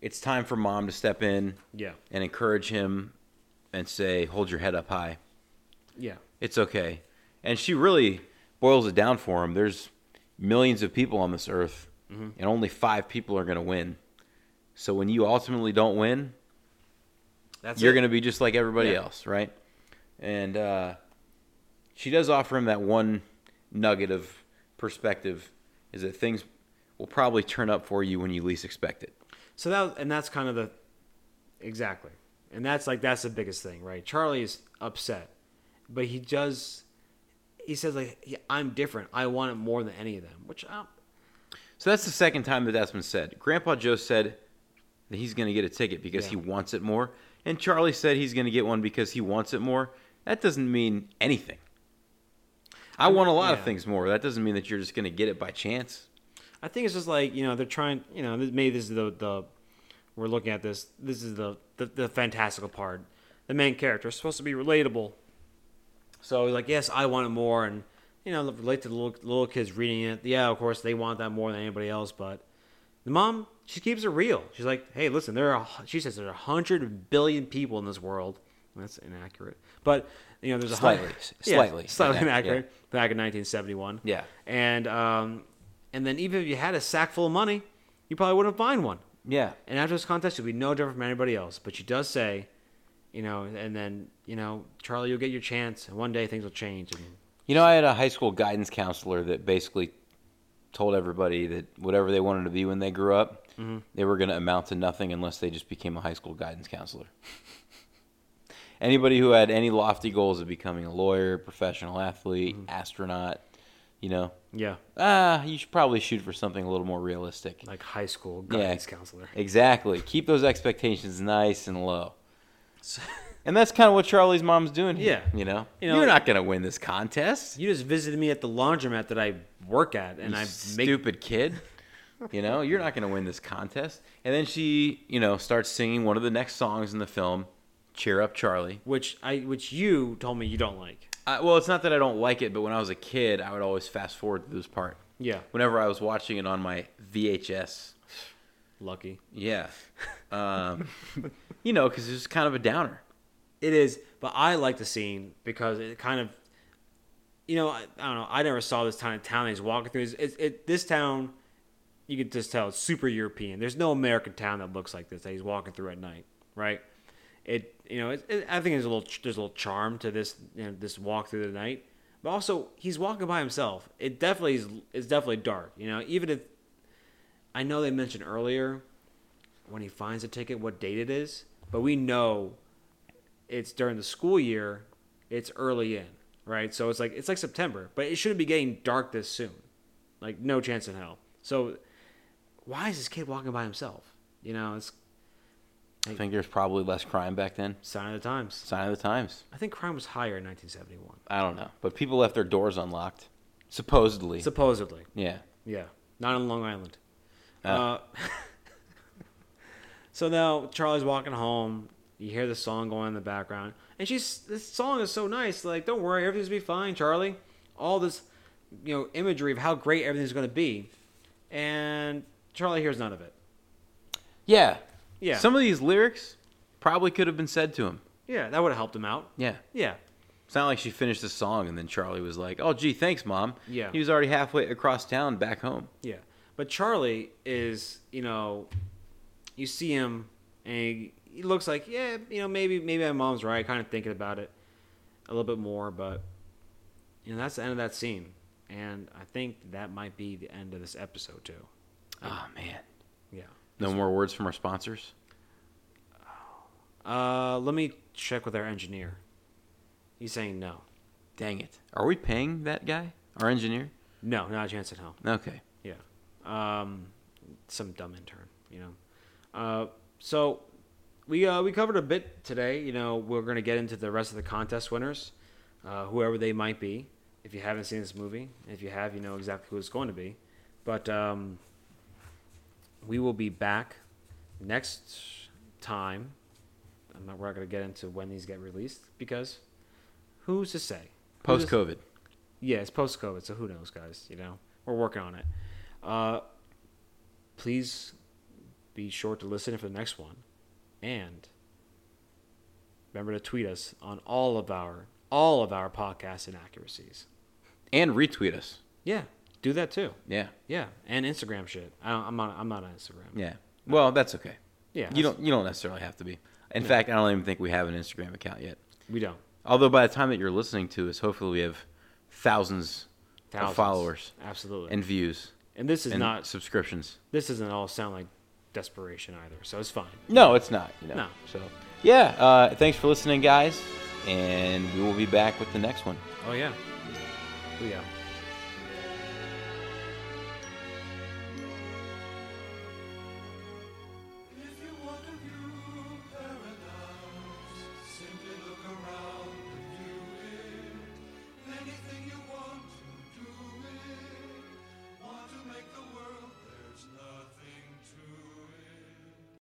S2: it's time for mom to step in
S1: Yeah.
S2: and encourage him and say, "Hold your head up high.
S1: Yeah.
S2: It's okay." And she really boils it down for him. There's millions of people on this earth,
S1: Mm-hmm.
S2: and only five people are going to win. So when you ultimately don't win,
S1: That's
S2: you're
S1: it.
S2: going to be just like everybody
S1: Yeah.
S2: else, right? And uh, she does offer him that one nugget of perspective is that things will probably turn up for you when you least expect it.
S1: So that and that's kind of the exactly. And that's like that's the biggest thing, right? Charlie is upset, but he does he says like yeah, I'm different. I want it more than any of them, which um, I,
S2: So that's the second time that that's been said. Grandpa Joe said that he's going to get a ticket because
S1: Yeah.
S2: he wants it more, and Charlie said he's going to get one because he wants it more. That doesn't mean anything. I want a lot
S1: yeah.
S2: of things more. That doesn't mean that you're just going to get it by chance.
S1: I think it's just like, you know, they're trying, you know, this- maybe this is the the we're looking at this. This is the the, the fantastical part. The main character is supposed to be relatable. So he's like, "Yes, I want it more," and you know, relate to the little, little kids reading it. Yeah, of course, they want that more than anybody else. But the mom, she keeps it real. She's like, "Hey, listen, there are," she says, "there are hundred billion people in this world." That's inaccurate, but you know, there's a
S2: Slightly,
S1: hundred,
S2: s-
S1: yeah,
S2: slightly
S1: slightly
S2: inaccurate,
S1: inaccurate. Back in 1971.
S2: Yeah.
S1: and um, and then even if you had a sack full of money, you probably wouldn't find one.
S2: Yeah.
S1: And after this contest, you'll be no different from anybody else. But she does say, you know, and then, you know, Charlie, you'll get your chance, and one day things will change. And
S2: You know, I had a high school guidance counselor that basically told everybody that whatever they wanted to be when they grew up,
S1: Mm-hmm.
S2: they were going to amount to nothing unless they just became a high school guidance counselor. Anybody who had any lofty goals of becoming a lawyer, professional athlete,
S1: Mm-hmm.
S2: astronaut, you know,
S1: yeah,
S2: ah, you should probably shoot for something a little more realistic.
S1: like high school guidance counselor.
S2: Exactly. Keep those expectations nice and low. And that's kind of what Charlie's mom's doing. here,
S1: Yeah.
S2: you know,
S1: You
S2: you
S1: know-
S2: are not going to win this contest.
S1: You just visited me at the laundromat that I work at, and
S2: you
S1: I make.
S2: stupid kid. You know, you're not going to win this contest. And then she, you know, starts singing one of the next songs in the film, "Cheer Up, Charlie."
S1: Which I, which you told me you don't like.
S2: I, well, it's not that I don't like it, but when I was a kid, I would always fast forward to this part.
S1: Yeah,
S2: Whenever I was watching it on my VHS,
S1: lucky.
S2: yeah, um, you know, because it's kind of a downer.
S1: It is, but I like the scene because it kind of, you know, I, I don't know. I never saw this kind of town he's walking through. It's, it, it, this town, you can just tell it's super European. There's no American town that looks like this that he's walking through at night, right? It, you know, it, it, I think there's a little there's a little charm to this you know, this walk through the night, but also he's walking by himself. It definitely is. It's definitely dark. You know, even if I know they mentioned earlier when he finds a ticket what date it is, but we know it's during the school year, it's early in, right? So it's like it's like September, but it shouldn't be getting dark this soon. Like no chance in hell. So why is this kid walking by himself? You know, it's
S2: I think there's probably less crime back then.
S1: sign of the times.
S2: Sign of the times.
S1: I think crime was higher in 1971,
S2: I don't know, but people left their doors unlocked, supposedly.
S1: supposedly.
S2: yeah.
S1: Yeah, not on Long Island.
S2: Oh.
S1: Uh, so now Charlie's walking home. You hear the song going in the background, and she's this song is so nice. Like, don't worry, everything's gonna be fine, Charlie. All this, you know, imagery of how great everything's gonna be, and Charlie hears none of it.
S2: Yeah.
S1: Yeah.
S2: Some of these lyrics probably could have been said to him.
S1: Yeah, that would have helped him out.
S2: Yeah.
S1: Yeah,
S2: It's not like she finished the song and then Charlie was like, "Oh, gee, thanks, mom."
S1: Yeah.
S2: He was already halfway across town back home.
S1: yeah. But Charlie is, you know, you see him, and he, he looks like, yeah, you know, maybe maybe my mom's right. Kind of thinking about it. a little bit more, but you know that's the end of that scene, and I think that might be the end of this episode too.
S2: Oh man.
S1: Yeah.
S2: No more words from our sponsors.
S1: Uh, let me check with our engineer. He's saying no,
S2: Dang it. Are we paying that guy, our engineer?
S1: no, not a chance in hell.
S2: Okay.
S1: Yeah. Um, some dumb intern, you know. Uh, so we uh, we covered a bit today. You know, we're gonna get into the rest of the contest winners, uh, whoever they might be. If you haven't seen this movie, if you have, you know exactly who it's going to be. But um, we will be back next time. I'm not, we're not gonna get into when these get released because who's to say? Who's
S2: Post
S1: to-
S2: COVID.
S1: yeah, it's post COVID, so who knows, guys? You know, we're working on it. Uh, please be sure to listen in for the next one. And remember to tweet us on all of our all of our podcast inaccuracies.
S2: and retweet us.
S1: Yeah, do that too.
S2: Yeah,
S1: Yeah, and Instagram shit. I don't, I'm not. I'm not on Instagram.
S2: yeah. Well, that's okay.
S1: Yeah,
S2: You don't you don't necessarily have to be. In fact, I don't even think we have an Instagram account yet.
S1: We don't.
S2: Although by the time that you're listening to us, hopefully we have thousands,
S1: Thousands.
S2: of followers
S1: Absolutely. And,
S2: and views
S1: this is
S2: and
S1: not.
S2: subscriptions.
S1: This doesn't all sound like desperation either. So it's fine.
S2: No, it's not. You know.
S1: No.
S2: So yeah, uh, thanks for listening, guys, and we will be back with the next one.
S1: Oh yeah. We out.